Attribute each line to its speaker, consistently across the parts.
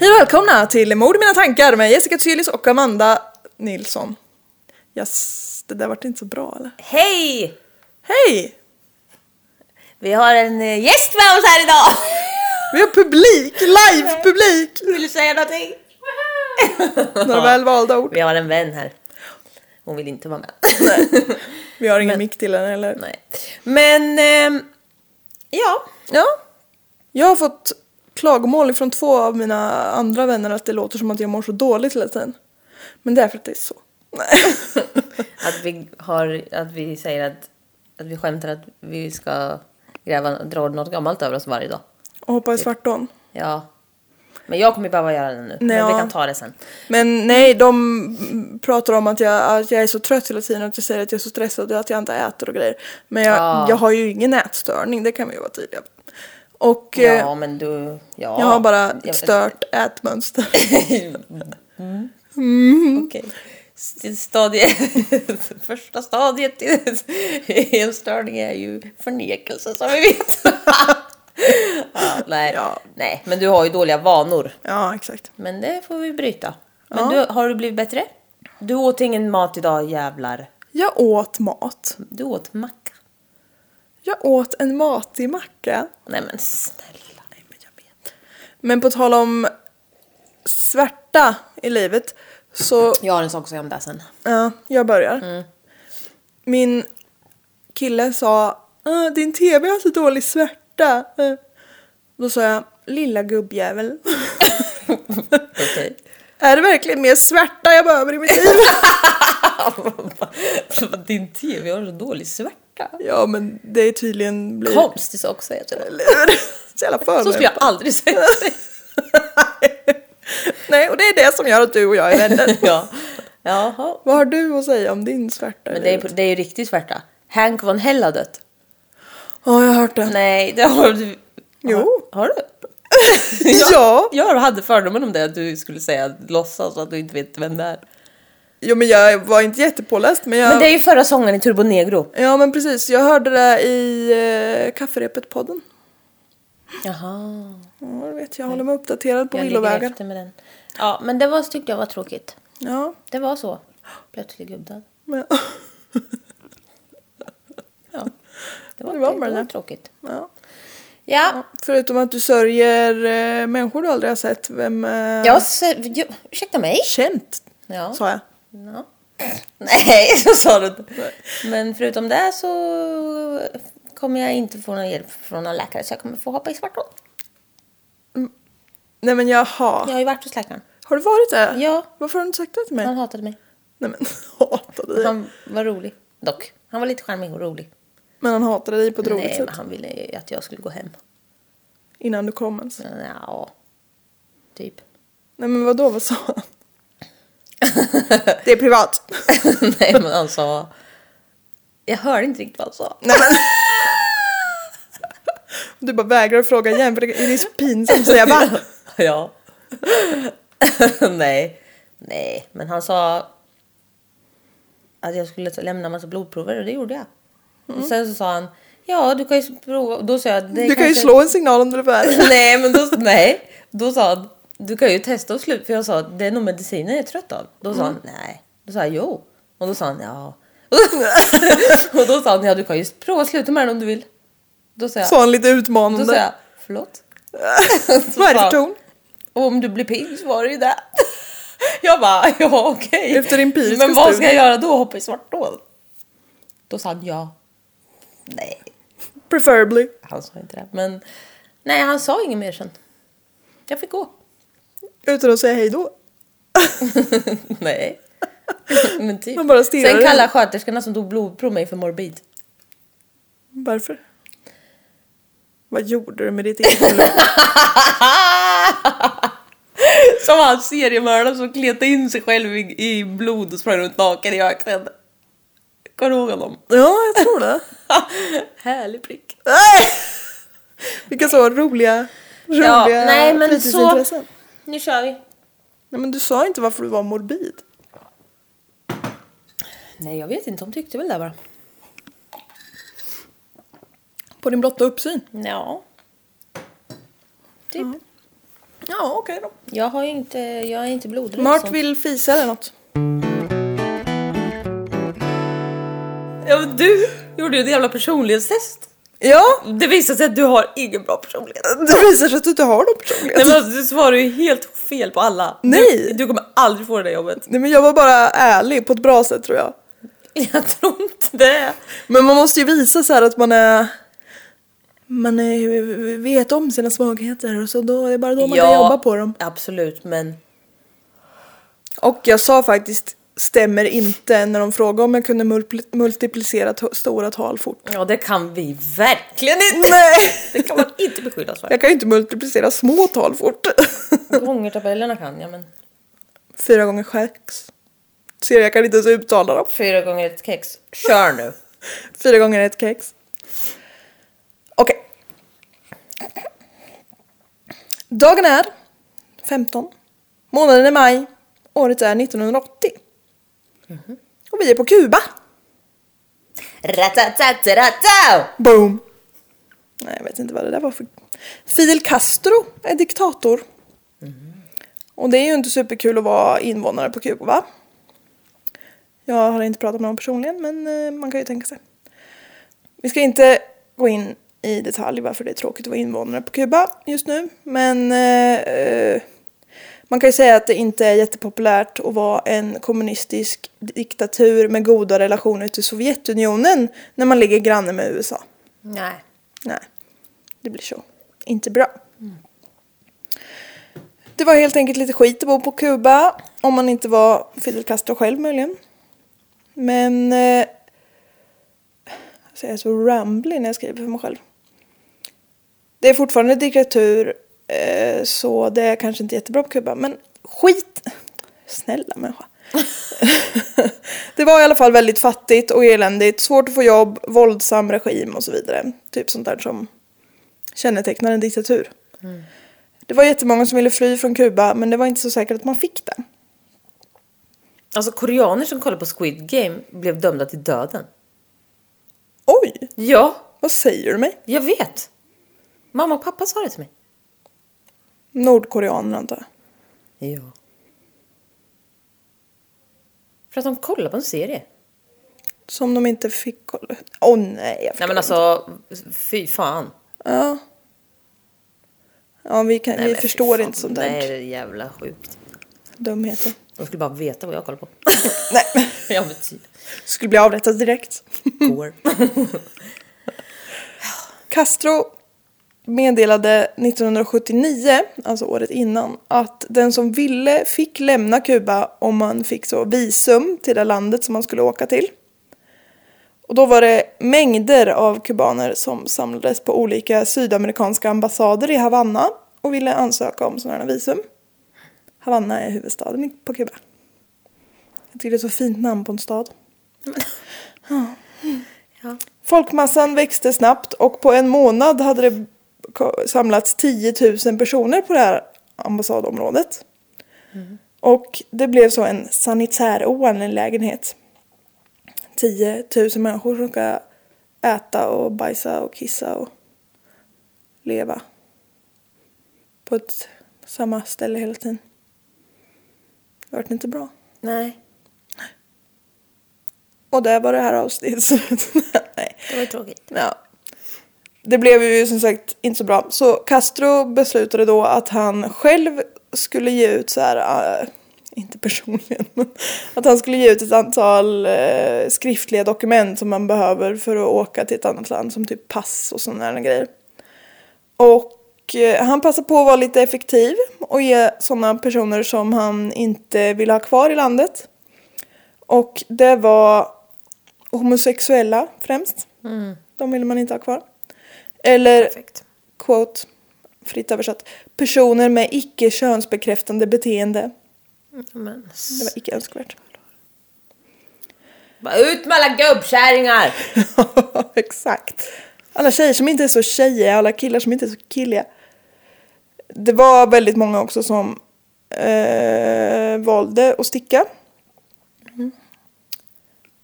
Speaker 1: välkomna till Mord i mina tankar med Jessica Tsylis och Amanda Nilsson. Yes, det där vart inte så bra eller?
Speaker 2: Hej!
Speaker 1: Hej!
Speaker 2: Vi har en eh, gäst med oss här idag!
Speaker 1: Vi har publik, live-publik!
Speaker 2: Vill du säga någonting?
Speaker 1: Några välvalda ord.
Speaker 2: Vi har en vän här. Hon vill inte vara med.
Speaker 1: Vi har ingen mick till henne eller?
Speaker 2: Nej. Men, ehm, ja.
Speaker 1: Ja. Jag har fått klagomål från två av mina andra vänner att det låter som att jag mår så dåligt hela tiden. Men det är för att det är så. Nej.
Speaker 2: Att vi, har, att vi säger att, att vi skämtar att vi ska gräva, dra något gammalt över oss varje dag.
Speaker 1: Och hoppa i svartån.
Speaker 2: Ja. Men jag kommer behöva göra det nu.
Speaker 1: Ja.
Speaker 2: Men vi kan ta det sen.
Speaker 1: Men nej, de pratar om att jag, att jag är så trött hela tiden och att jag säger att jag är så stressad och att jag inte äter och grejer. Men jag,
Speaker 2: Ja.
Speaker 1: jag har ju ingen ätstörning, det kan vi ju vara tydliga med. Och eh,
Speaker 2: Ja, men du... Ja.
Speaker 1: jag har bara
Speaker 2: Jag-
Speaker 1: ett stört ätmönster.
Speaker 2: Okej. St- Stadie, första stadiet i i en störning är ju förnekelse som vi vet. ja, nej.
Speaker 1: Ja.
Speaker 2: nej, men du har ju dåliga vanor.
Speaker 1: ja, exakt.
Speaker 2: Men det får vi bryta. Men du, har du blivit bättre? Du åt ingen mat idag jävlar.
Speaker 1: Jag åt mat.
Speaker 2: Du åt macka.
Speaker 1: Jag åt en matig macka.
Speaker 2: Nej men snälla. Nej, men jag vet.
Speaker 1: Men på tal om svärta i livet så
Speaker 2: Jag har en sak att säga om det sen.
Speaker 1: Ja, jag börjar.
Speaker 2: Mm.
Speaker 1: Min kille sa "Ah, din tv har så dålig svärta. Eh. Då sa jag lilla gubbjävel.
Speaker 2: Okej.
Speaker 1: är det verkligen mer svärta jag behöver i mitt liv?
Speaker 2: Din tv har så dålig svärta.
Speaker 1: ja men det är tydligen blir...
Speaker 2: Konstig sak att säga till någon.
Speaker 1: Eller hur? så jävla
Speaker 2: Så skulle jag
Speaker 1: förmyndare.
Speaker 2: aldrig säga.
Speaker 1: Nej och det är det som gör att du och jag är vänner.
Speaker 2: ja. Jaha.
Speaker 1: Vad har du att säga om din svärta? i
Speaker 2: Men det är,
Speaker 1: livet?
Speaker 2: det är ju riktigt svärta. Hank von Hell har dött.
Speaker 1: Ja jag har hört det.
Speaker 2: Nej, det har du.
Speaker 1: Jo.
Speaker 2: Har, har du?
Speaker 1: Ja.
Speaker 2: Jag hade fördomen om det att du skulle säga låtsas att du inte vet vem det är.
Speaker 1: Jo men jag var inte jättepåläst men jag...
Speaker 2: Men det är ju förra sången i Turbo Negro.
Speaker 1: Ja men precis, jag hörde det i eh, Kafferepet-podden.
Speaker 2: Jaha.
Speaker 1: Ja, det vet jag. Jag håller mig uppdaterad på
Speaker 2: Jag ligger
Speaker 1: villovägar.
Speaker 2: efter med den. Ja, men det var, tyckte jag var tråkigt.
Speaker 1: Ja,
Speaker 2: Det var så. Plötslig gubbdöd.
Speaker 1: men...
Speaker 2: Ja. Det var,
Speaker 1: Det
Speaker 2: det
Speaker 1: var
Speaker 2: var,
Speaker 1: bara det.
Speaker 2: tråkigt.
Speaker 1: ja.
Speaker 2: Ja.
Speaker 1: Förutom att du sörjer eh, människor du aldrig har sett. Vem... Eh...
Speaker 2: Jag, ser- jag, ursäkta mig.
Speaker 1: Känt,
Speaker 2: Ja.
Speaker 1: sa jag.
Speaker 2: Ja. Nej, så sa du inte. Men förutom det så kommer jag inte få någon hjälp från någon läkare så jag kommer få hoppa i svartån.
Speaker 1: Nej men jaha.
Speaker 2: Jag har ju varit hos läkaren.
Speaker 1: Har du varit där?
Speaker 2: Ja.
Speaker 1: Varför har du inte sagt det till mig?
Speaker 2: Han hatade mig.
Speaker 1: Nej men hatade dig.
Speaker 2: Han var rolig. Dock. Han var lite charmig och rolig.
Speaker 1: Men han hatade dig på ett roligt
Speaker 2: Nej, men
Speaker 1: sätt.
Speaker 2: han ville ju att jag skulle gå hem.
Speaker 1: Innan du kom ens.
Speaker 2: Men, Ja, typ.
Speaker 1: Nej men vadå, vad sa han? det är privat.
Speaker 2: Nej, men han sa... Jag hörde inte riktigt vad han sa.
Speaker 1: Nej, men... Du bara vägrar fråga igen för det det är så pinsamt att säga va?
Speaker 2: Ja. Nej. Nej, men han sa att jag skulle lämna en massa blodprover och det gjorde jag. Och sen så sa han, ja du kan ju prova. Och Då sa jag, det
Speaker 1: Mm. Du kan ju slå en signal om du behöver.
Speaker 2: Nej, men då, nej. då sa han, du kan ju testa och sluta. För jag sa, det är nog medicinen jag är trött av. Då sa han,
Speaker 1: Mm.
Speaker 2: nej. Då sa jag, jo. Och då sa han, ja. och då sa han, ja du kan ju prova att sluta med den om du vill. Då sa jag,
Speaker 1: Sa han lite
Speaker 2: då sa
Speaker 1: utmanande.
Speaker 2: jag förlåt.
Speaker 1: Vad är det för
Speaker 2: sa-
Speaker 1: ton?
Speaker 2: Och om du blir pigg så var det ju det. Jag bara, ja okej.
Speaker 1: Efter empiriska
Speaker 2: Men vad ska
Speaker 1: studier.
Speaker 2: jag göra då? Hoppa i svartån? Då sa han ja. Nej,
Speaker 1: Preferably.
Speaker 2: han sa inte det. Men nej, han sa inget mer sen. Jag fick gå.
Speaker 1: Utan att säga hej då.
Speaker 2: nej. Men typ.
Speaker 1: Man bara stirrar
Speaker 2: sen
Speaker 1: ut.
Speaker 2: kallade sköterskorna som tog blodprov mig för morbid.
Speaker 1: Varför? Vad gjorde du med ditt eget blod?
Speaker 2: Som han seriemördaren som kletade in sig själv i, i blod och sprang runt naken i öknen. Kommer du ihåg honom?
Speaker 1: Ja, jag tror det.
Speaker 2: Härlig prick.
Speaker 1: Vilka så roliga, roliga
Speaker 2: Ja, nej men så.
Speaker 1: fritidsintressen.
Speaker 2: Nu kör vi.
Speaker 1: Nej men du sa inte varför du var morbid.
Speaker 2: Nej, jag vet inte. De tyckte väl det bara.
Speaker 1: På din blotta uppsyn.
Speaker 2: Ja. Typ.
Speaker 1: Ja, okej då.
Speaker 2: Jag har ju inte, jag är inte liksom. blodrädd.
Speaker 1: Mart
Speaker 2: så-
Speaker 1: vill fisa eller något.
Speaker 2: Ja, men du gjorde ju ett jävla personlighetstest.
Speaker 1: Ja,
Speaker 2: Det visade sig att du har ingen bra personlighet.
Speaker 1: det visar sig att du inte har någon personlighet.
Speaker 2: Nej, men alltså, du svarar ju helt fel på alla.
Speaker 1: Nej.
Speaker 2: Du, du kommer aldrig få det där jobbet.
Speaker 1: Nej men jag var bara ärlig på ett bra sätt tror jag.
Speaker 2: Jag tror inte det.
Speaker 1: Men man måste ju visa så här att man är... Man är, vet om sina svagheter och så då är det bara då man kan jobba på dem.
Speaker 2: Absolut, men
Speaker 1: Och jag sa faktiskt stämmer inte när de frågade om jag kunde multipl- multiplicera to- stora tal fort.
Speaker 2: ja, det kan vi verkligen inte.
Speaker 1: Nej!
Speaker 2: Det kan man inte beskyllas för.
Speaker 1: Jag kan ju inte multiplicera små tal fort.
Speaker 2: Gångertabellerna kan jag, men
Speaker 1: Fyra gånger sex. Ser jag kan inte ens uttala dem.
Speaker 2: fyra gånger ett kex. Kör nu.
Speaker 1: Fyra gånger ett kex. Okej. Dagen är 15. Månaden är maj. Året är 1980. Och vi är på Kuba.
Speaker 2: Ratatatarata!
Speaker 1: Boom! Nej, jag vet inte vad det där var för... Fidel Castro är diktator. Och det är ju inte superkul att vara invånare på Kuba. Jag har inte pratat med honom personligen, men eh, man kan ju tänka sig. Vi ska inte gå in i detalj varför det är tråkigt att vara invånare på Kuba just nu, men eh, eh, man kan ju säga att det inte är jättepopulärt att vara en kommunistisk diktatur med goda relationer till Sovjetunionen när man ligger granne med USA.
Speaker 2: Nej.
Speaker 1: Nej, det blir så. Inte bra. Det var helt enkelt lite skit att bo på Kuba. Om man inte var Fidel Castro själv möjligen. Men... Eh, alltså jag är så ramblig när jag skriver för mig själv. Det är fortfarande diktatur eh, så det är kanske inte jättebra på Kuba. Men skit! Snälla människa. Det var i alla fall väldigt fattigt och eländigt, svårt att få jobb, våldsam regim och så vidare. Typ sånt där som kännetecknar en diktatur.
Speaker 2: Mm.
Speaker 1: Det var jättemånga som ville fly från Kuba men det var inte så säkert att man fick det.
Speaker 2: Alltså koreaner som kollar på Squid Game blev dömda till döden.
Speaker 1: Oj,
Speaker 2: Ja,
Speaker 1: vad säger du mig?
Speaker 2: jag vet. Mamma och pappa sa det till mig.
Speaker 1: Nordkoreaner antar jag.
Speaker 2: Ja. För att de kollar på en serie.
Speaker 1: Som de inte fick kolla... Åh nej, jag
Speaker 2: Nej men
Speaker 1: förstår.
Speaker 2: alltså, fy fan.
Speaker 1: Ja. Ja, vi, kan,
Speaker 2: Nej,
Speaker 1: vi
Speaker 2: men fy
Speaker 1: förstår
Speaker 2: fan.
Speaker 1: inte sånt
Speaker 2: Nej, det
Speaker 1: där.
Speaker 2: är jävla sjukt.
Speaker 1: Dumheter.
Speaker 2: De skulle bara veta vad jag kollar på.
Speaker 1: Nej,
Speaker 2: ja men typ.
Speaker 1: skulle bli avrättad direkt.
Speaker 2: Går.
Speaker 1: Castro meddelade 1979, alltså året innan, att den som ville fick lämna Kuba om man fick så visum till det landet som man skulle åka till. Och då var det mängder av kubaner som samlades på olika sydamerikanska ambassader i Havanna och ville ansöka om sådana här visum. Havanna är huvudstaden i- på Kuba. Jag tycker det är ett så fint namn på en stad.
Speaker 2: Ja.
Speaker 1: Folkmassan växte snabbt och på en månad hade det ko- samlats 10 000 personer på det här ambassadområdet. Och det blev så en sanitär oangelägenhet. 10 000 människor som ska äta och bajsa och kissa och leva. På ett samma ställe hela tiden. Det vart inte bra.
Speaker 2: Nej,
Speaker 1: Och där var det här avsnittet slut. Nej.
Speaker 2: det var ju tråkigt.
Speaker 1: Ja. Det blev ju som sagt inte så bra. Så Castro beslutade då att han själv skulle ge ut så här, eh, inte personligen, men att han skulle ge ut ett antal eh, skriftliga dokument som man behöver för att åka till ett annat land som typ pass och sådana grejer. Och eh, han passade på att vara lite effektiv och ge sådana personer som han inte ville ha kvar i landet. Och det var homosexuella främst.
Speaker 2: Mm.
Speaker 1: De ville man inte ha kvar. Eller,
Speaker 2: Perfekt.
Speaker 1: quote, fritt översatt, personer med icke könsbekräftande beteende.
Speaker 2: Mm, Men...
Speaker 1: Det var icke önskvärt.
Speaker 2: Bara ut med alla gubbkärringar!
Speaker 1: Exakt. Alla tjejer som inte är så tjejiga, alla killar som inte är så killiga. Det var väldigt många också som eh, valde att sticka.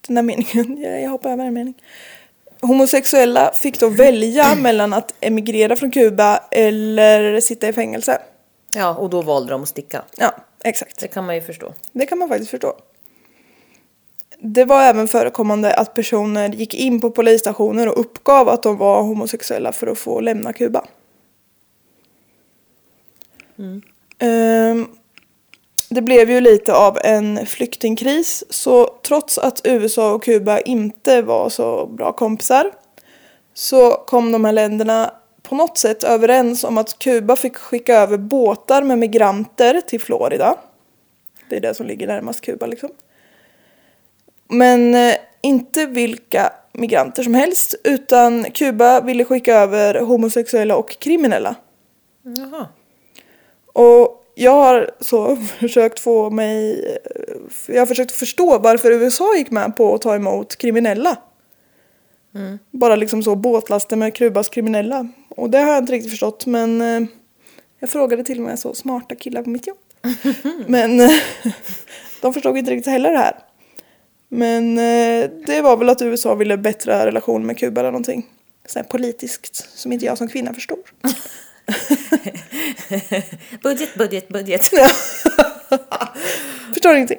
Speaker 1: Den där meningen, jag, jag hoppar över en mening. Homosexuella fick då välja mellan att emigrera från Kuba eller sitta i fängelse.
Speaker 2: Ja, och då valde de att sticka.
Speaker 1: Ja, exakt.
Speaker 2: Det kan man ju förstå.
Speaker 1: Det kan man faktiskt förstå. Det var även förekommande att personer gick in på polisstationer och uppgav att de var homosexuella för att få lämna Kuba. Ehm, det blev ju lite av en flyktingkris så trots att USA och Kuba inte var så bra kompisar så kom de här länderna på något sätt överens om att Kuba fick skicka över båtar med migranter till Florida. Det är det som ligger närmast Kuba liksom. Men eh, inte vilka migranter som helst utan Kuba ville skicka över homosexuella och kriminella.
Speaker 2: Jaha.
Speaker 1: Och jag har så försökt få mig... Jag har försökt förstå varför USA gick med på att ta emot kriminella. Bara liksom så båtlaster med Kubas kriminella. Och det har jag inte riktigt förstått men eh, jag frågade till och med så smarta killar på mitt jobb. men eh, de förstod inte riktigt heller det här. Men eh, det var väl att USA ville bättra relation med Kuba eller någonting. Sånt här politiskt som inte jag som kvinna förstår.
Speaker 2: Budget, budget, budget.
Speaker 1: Förstår ingenting.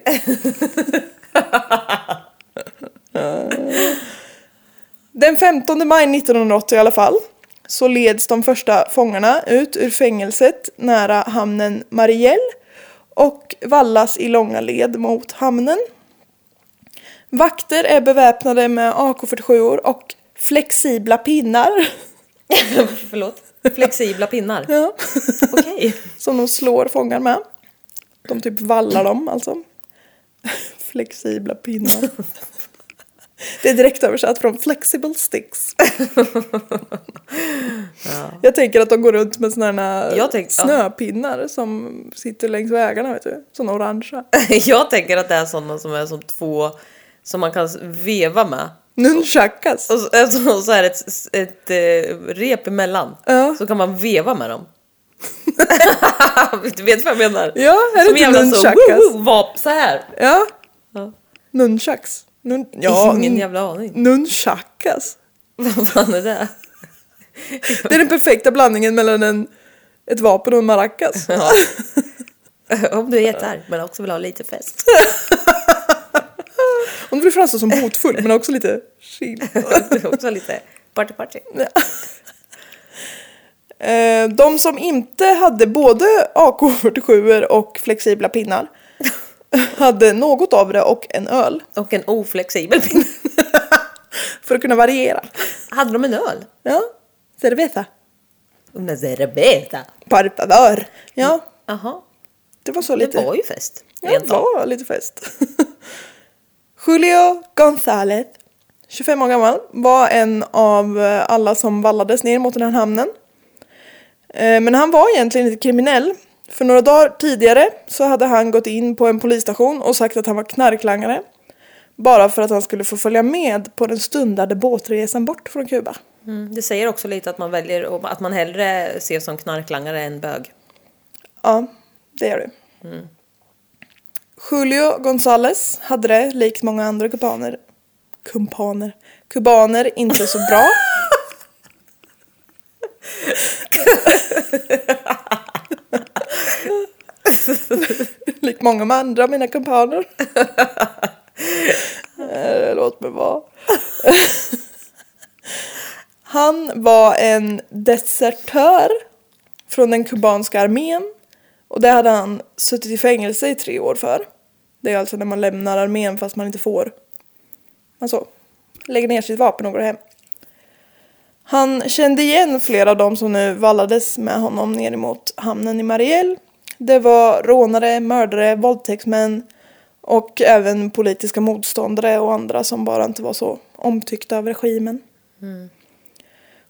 Speaker 1: Den 15 maj 1980 i alla fall så leds de första fångarna ut ur fängelset nära hamnen Mariel och vallas i långa led mot hamnen. Vakter är beväpnade med AK47 och flexibla pinnar
Speaker 2: Förlåt. Flexibla pinnar.
Speaker 1: ja,
Speaker 2: Okej.
Speaker 1: som de slår fångar med. De typ vallar dem alltså. Flexibla pinnar. Det är direkt översatt från flexible sticks. Jag tänker att de går runt med såna här
Speaker 2: Jag tänkte- ja.
Speaker 1: snöpinnar som sitter längs vägarna, vet du. Såna orangea.
Speaker 2: Jag tänker att det är sådana som är som två som man kan veva med.
Speaker 1: Nunchakas.
Speaker 2: Och så, alltså, och så är det ett, ett eh, rep emellan.
Speaker 1: Ja.
Speaker 2: Så kan man veva med dem. du vet vad jag menar?
Speaker 1: Ja, är det
Speaker 2: Som
Speaker 1: inte
Speaker 2: jävla så,
Speaker 1: nunchakas?
Speaker 2: woho, vap, så här.
Speaker 1: Ja,
Speaker 2: Ja. Mm.
Speaker 1: nunchaks. Nun, ja,
Speaker 2: Ingen
Speaker 1: n-
Speaker 2: jävla aning.
Speaker 1: nunchakas.
Speaker 2: Vad fan är det?
Speaker 1: Det är den perfekta blandningen mellan en, ett vapen och en maracas.
Speaker 2: Ja. Om du är jättearg men också vill ha lite fest.
Speaker 1: Hon vill framstå som hotfull men också lite chill.
Speaker 2: Du är också lite party party.
Speaker 1: Eh, De som inte hade både AK47 och flexibla pinnar hade något av det och en öl
Speaker 2: Och en oflexibel pinne.
Speaker 1: för att kunna variera.
Speaker 2: Hade de en öl?
Speaker 1: Ja, cerveza.
Speaker 2: Una cerveza.
Speaker 1: Parpadör. Ja,
Speaker 2: Jaha,
Speaker 1: det var så
Speaker 2: det
Speaker 1: lite.
Speaker 2: var ju fest.
Speaker 1: Ja,
Speaker 2: rent
Speaker 1: det
Speaker 2: av.
Speaker 1: var lite fest. Julio González, 25 år gammal, var en av eh, alla som vallades ner mot den här hamnen. Eh, Men han var egentligen inte kriminell. För några dagar tidigare så hade han gått in på en polisstation och sagt att han var knarklangare. Bara för att han skulle få följa med på den stundade båtresan bort från Kuba.
Speaker 2: Mm, det säger också lite att man väljer och- att man hellre ses som knarklangare än bög.
Speaker 1: Ja, det gör du. Julio González hade det, likt många andra kubaner, kumpaner, kubaner inte så bra. likt många av andra av mina kumpaner. Eh, Låt mig vara. Han var en desertör från den kubanska armén och det hade han suttit i fängelse i tre år för. Det är alltså när man lämnar armén fast man inte får. Man så lägger ner sitt vapen och går hem. Han kände igen flera av dem som nu vallades med honom ner emot hamnen i Mariel. Det var rånare, mördare, våldtäktsmän och även politiska motståndare och andra som bara inte var så omtyckta av regimen.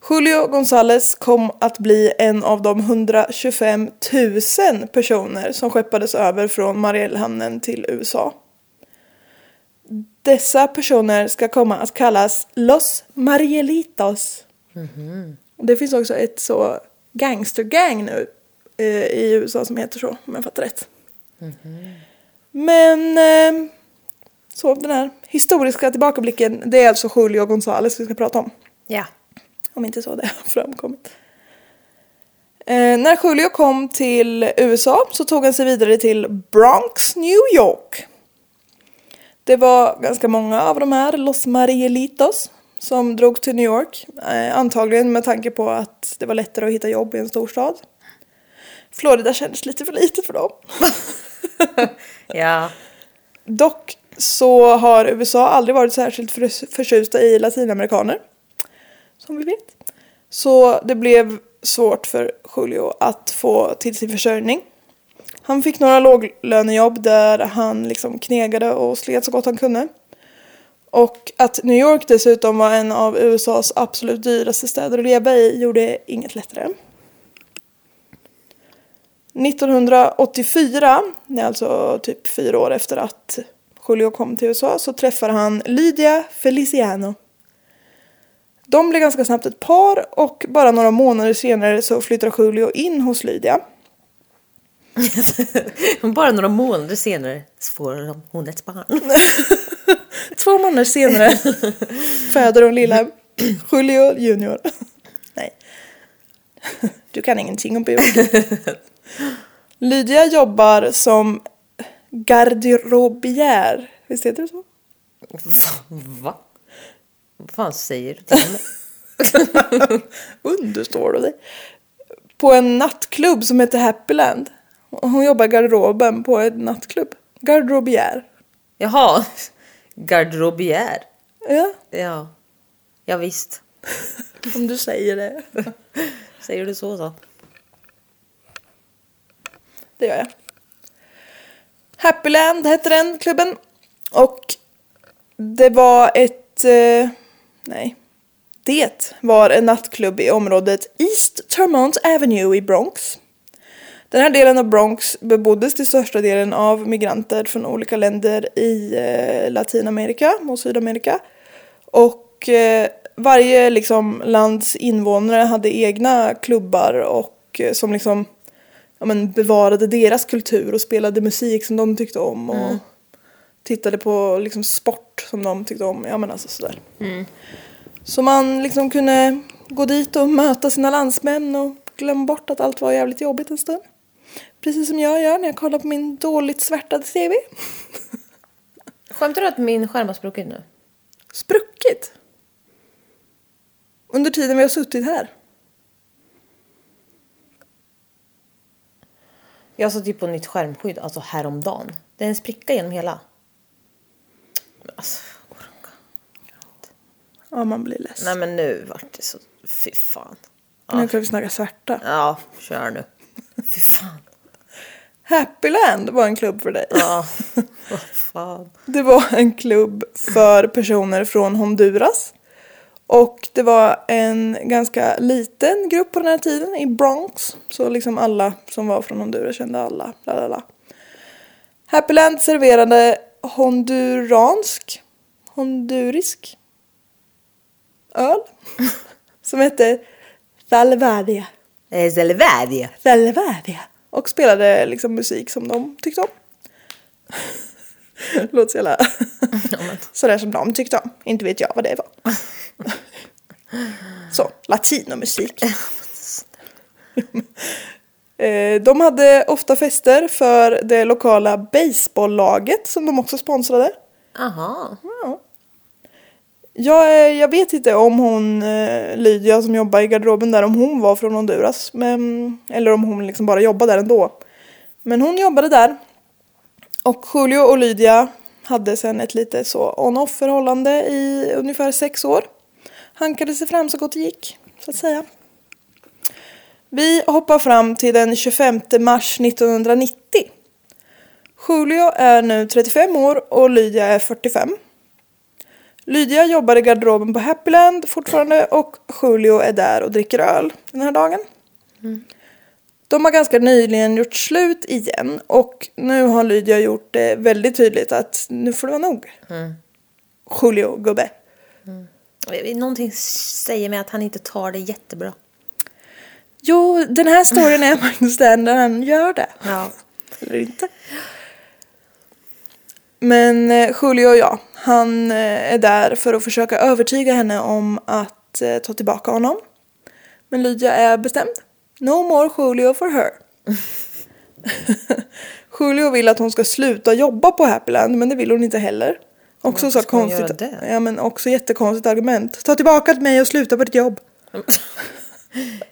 Speaker 1: Julio González kom att bli en av de 125 000 personer som skeppades över från Marielhamnen till USA. Dessa personer ska komma att kallas Los Marielitos.
Speaker 2: Mhm.
Speaker 1: Och Det finns också ett så gangstergang nu eh, i USA som heter så, om jag fattar rätt. Men eh, så den här historiska tillbakablicken, det är alltså Julio González vi ska prata om.
Speaker 2: Ja.
Speaker 1: Om inte så det har framkommit. Eh, Eh, när Julio kom till USA så tog han sig vidare till Bronx, New York. Det var ganska många av de här Los Marielitos som drogs till New York. Eh, antagligen med tanke på att det var lättare att hitta jobb i en storstad. Florida kändes lite för litet för dem.
Speaker 2: Ja.
Speaker 1: Dock så har USA aldrig varit särskilt för- förtjusta i latinamerikaner. Som vi vet. Så det blev svårt för Julio att få till sin försörjning. Han fick några låglönejobb där han liksom knegade och slet så gott han kunde. Och att New York dessutom var en av USAs absolut dyraste städer att leva i gjorde inget lättare. 1984, det är alltså typ fyra år efter att Julio kom till USA, så träffar han Lydia Feliciano. De blir ganska snabbt ett par och bara några månader senare så flyttar Julio in hos Lydia.
Speaker 2: Bara några månader senare så får hon ett barn.
Speaker 1: Två månader senare föder hon lilla Julio Junior. Nej. Du kan ingenting om biologi. Lydia jobbar som garderobier. Visst heter det så?
Speaker 2: Va? Vad fan säger du till mig?
Speaker 1: Understår du det? På en nattklubb som heter Happyland. Hon jobbar i garderoben på en nattklubb. Garderobier.
Speaker 2: Jaha, garderobier.
Speaker 1: Ja,
Speaker 2: Ja. ja, visst.
Speaker 1: om du säger det.
Speaker 2: Säger du så så.
Speaker 1: Det gör jag. Happyland hette den klubben. Och det var ett... Eh, nej. Det var en nattklubb i området East Termont Avenue i Bronx. Den här delen av Bronx beboddes till största delen av migranter från olika länder i eh, Latinamerika och Sydamerika. Och eh, varje liksom, lands invånare hade egna klubbar och eh, som liksom ja, men, bevarade deras kultur och spelade musik som de tyckte om och
Speaker 2: Mm.
Speaker 1: tittade på liksom, sport som de tyckte om. Ja, men alltså, sådär.
Speaker 2: Mm.
Speaker 1: Så man liksom kunde gå dit och möta sina landsmän och glömma bort att allt var jävligt jobbigt en stund. Precis som jag gör när jag kollar på min dåligt svärtade TV.
Speaker 2: Skämtar du att min skärm har spruckit nu?
Speaker 1: Spruckit! Under tiden vi har suttit här.
Speaker 2: Jag satt ju på nytt skärmskydd, alltså häromdagen. Det är en spricka genom hela. Men Alltså, orka.
Speaker 1: Ja, man blir less.
Speaker 2: Nej men nu vart det så... Fy fan.
Speaker 1: Nu kan vi snacka svärta.
Speaker 2: Ja, kör nu. Fy fan.
Speaker 1: Happyland var en klubb för dig.
Speaker 2: Ja, vad fan.
Speaker 1: Det var en klubb för personer från Honduras. Och det var en ganska liten grupp på den här tiden i Bronx. Så liksom alla som var från Honduras kände alla. Bla bla bla. Happyland serverade honduransk, hondurisk öl. Som hette Salvadia.
Speaker 2: Eh, Zelvadie.
Speaker 1: Salvadia. Och spelade liksom musik som de tyckte om. Låter så jävla... Sådär som de tyckte om. Inte vet jag vad det var. så, latinomusik. Eh, de hade ofta fester för det lokala baseballlaget som de också sponsrade.
Speaker 2: Aha.
Speaker 1: Jag, eh, jag vet inte om hon, eh, Lydia som jobbar i garderoben där, om hon var från Honduras. Men, eller om hon liksom bara jobbade där ändå. Men hon jobbade där. Och Julio och Lydia hade sen ett lite så on-off förhållande i ungefär sex år. Hankade sig fram så gott det gick, så att säga. Vi hoppar fram till den 25 mars 1990. Julio är nu 35 år och Lydia är 45. Lydia jobbar i garderoben på Happyland fortfarande och Julio är där och dricker öl den här dagen. De har ganska nyligen gjort slut igen och nu har Lydia gjort det väldigt tydligt att nu får det vara nog.
Speaker 2: Mm.
Speaker 1: Julio, gubbe.
Speaker 2: Eh, Någonting säger mig att han inte tar det jättebra.
Speaker 1: Jo, den här storyn är faktiskt den där han gör det.
Speaker 2: Ja.
Speaker 1: Eller inte. Men eh, Julio, ja. Han eh, är där för att försöka övertyga henne om att eh, ta tillbaka honom. Men Lydia är bestämd. No more Julio for her. Julio vill att hon ska sluta jobba på Happyland men det vill hon inte heller. Också
Speaker 2: Varför
Speaker 1: så
Speaker 2: ska hon
Speaker 1: konstigt.
Speaker 2: göra det?
Speaker 1: Ja men också jättekonstigt argument. Ta tillbaka till mig och sluta på ditt jobb.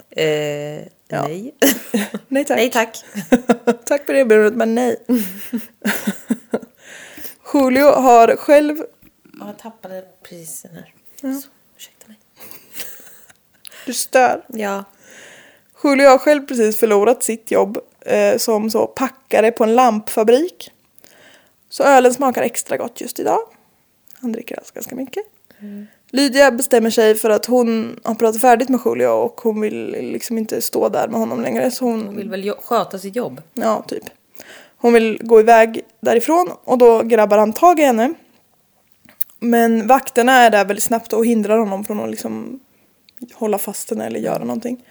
Speaker 2: Eh, Nej.
Speaker 1: Nej tack.
Speaker 2: nej tack.
Speaker 1: Tack för det erbjudandet men nej. Julio har själv
Speaker 2: Ja, Jag tappade precis den här. Så, ursäkta mig.
Speaker 1: Du stör.
Speaker 2: Ja.
Speaker 1: Julio har själv precis förlorat sitt jobb eh, som så packare på en lampfabrik. Så ölen smakar extra gott just idag. Han dricker alltså ganska mycket. Lydia bestämmer sig för att hon har pratat färdigt med Julio och hon vill liksom inte stå där med honom längre. Så hon,
Speaker 2: Vill väl jo- sköta sitt jobb.
Speaker 1: ja typ. Hon vill gå iväg därifrån och då grabbar han tag i henne. Men vakterna är där väldigt snabbt och hindrar honom från att liksom hålla fast henne eller göra någonting.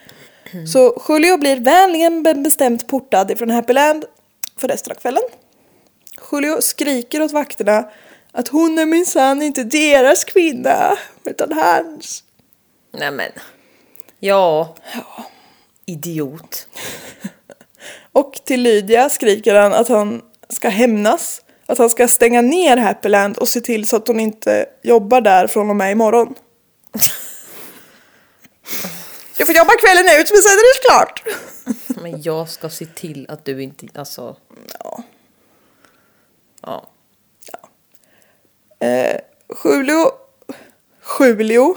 Speaker 1: Så Julio blir vänligen men bestämt portad ifrån Happyland för resten av kvällen. Julio skriker åt vakterna att hon är minsann inte deras kvinna utan hans.
Speaker 2: Nej men. Ja. Idiot.
Speaker 1: Och till Lydia skriker han att han ska hämnas. Att han ska stänga ner Happyland och se till så att hon inte jobbar där från och med imorgon. Du får jobba kvällen ut men sen är det klart.
Speaker 2: Men jag ska se till att du inte, alltså.
Speaker 1: Ja.
Speaker 2: Ja.
Speaker 1: Eh, Julio... Julio.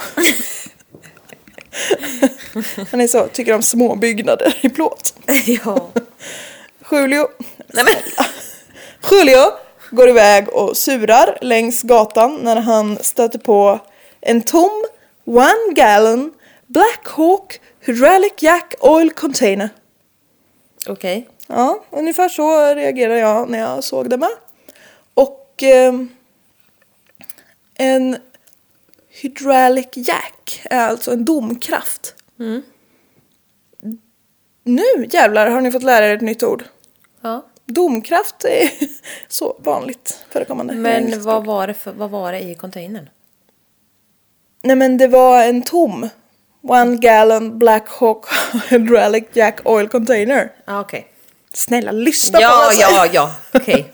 Speaker 1: Han är så, tycker om små byggnader i plåt.
Speaker 2: ja.
Speaker 1: Julio.
Speaker 2: Nej men.
Speaker 1: Julio går iväg och surar längs gatan när han stöter på en tom One Gallon Black Hawk Hydraulic Jack Oil Container.
Speaker 2: Okej.
Speaker 1: Ja, ungefär så reagerade jag när jag såg det med. Och ehm, en hydraulic jack är alltså en domkraft. Nu jävlar har ni fått lära er ett nytt ord.
Speaker 2: Ja.
Speaker 1: Domkraft är så vanligt förekommande. i
Speaker 2: Men
Speaker 1: engelskt
Speaker 2: vad
Speaker 1: språk.
Speaker 2: var, det för, vad var det i containern?
Speaker 1: Nej men det var en tom. One gallon Black Hawk hydraulic jack oil container.
Speaker 2: Ah, okej.
Speaker 1: Snälla lyssna på vad
Speaker 2: Ja,
Speaker 1: jag säger.
Speaker 2: ja, ja. Okej.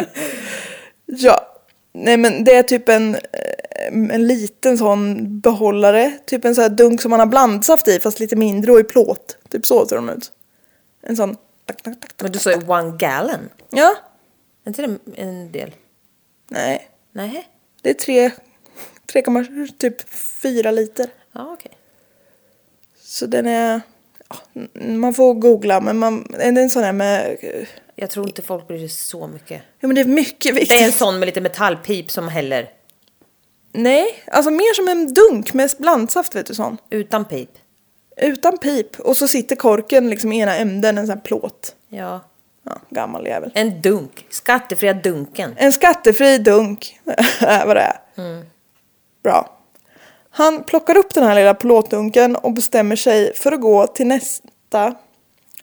Speaker 1: Ja. Nej men det är typ en, eh, en liten sån behållare. Typ en sån här dunk som man har blandsaft i fast lite mindre och i plåt. Typ så ser de ut. En sån. Tack, tack, tack, tack.
Speaker 2: Men du sa ju one gallon.
Speaker 1: Ja.
Speaker 2: Är inte det en del?
Speaker 1: Nej.
Speaker 2: Nej.
Speaker 1: Det är tre, 3, typ 4 liter.
Speaker 2: Ja, okej.
Speaker 1: Så den är... ja, n- Man får googla men man, det är en sån här med...
Speaker 2: Jag tror inte folk bryr sig så mycket.
Speaker 1: Ja men det är mycket viktigt.
Speaker 2: Det är en sån med lite metallpip som häller.
Speaker 1: Nej, alltså mer som en dunk med blandsaft vet du sån.
Speaker 2: Utan pip.
Speaker 1: Utan pip och så sitter korken liksom i ena änden, en sån här plåt.
Speaker 2: Ja.
Speaker 1: Ja, gammal jävel.
Speaker 2: En dunk. Skattefria dunken.
Speaker 1: En skattefri dunk är vad det är. Bra. Han plockar upp den här lilla plåtdunken och bestämmer sig för att gå till nästa,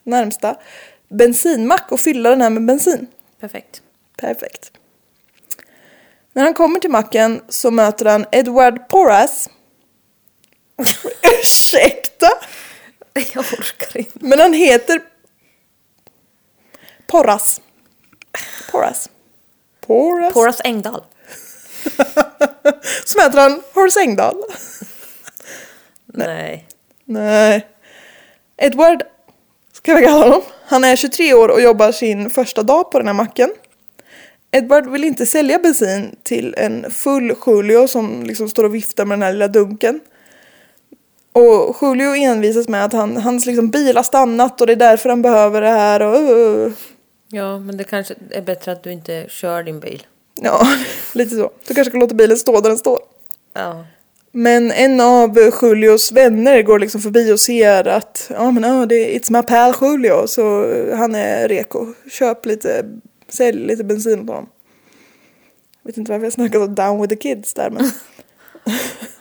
Speaker 1: närmsta bensinmack och fylla den här med bensin.
Speaker 2: Perfekt.
Speaker 1: Perfekt. När han kommer till macken så möter han Edward Porras. Ursäkta!
Speaker 2: Jag orkar inte.
Speaker 1: Men han heter Porras. Porras. Porras.
Speaker 2: Porras Engdahl.
Speaker 1: Så möter han Horace Engdahl.
Speaker 2: Nej.
Speaker 1: Nej. Edward, ska vi kalla honom. Han är 23 år och jobbar sin första dag på den här macken. Edward vill inte sälja bensin till en full Julio som liksom står och viftar med den här lilla dunken. Och Julio envisas med att han, hans liksom bil har stannat och det är därför han behöver det här och...
Speaker 2: Ja, men det kanske är bättre att du inte kör din bil.
Speaker 1: Ja, lite så. Du kanske kan låta bilen stå där den står.
Speaker 2: Ja.
Speaker 1: Men en av Julios vänner går liksom förbi och ser att ja men ja, det är It's my pal Julio så eh, han är reko. Köp lite, sälj lite bensin på honom. Jag vet inte varför jag snackar så down with the kids där men.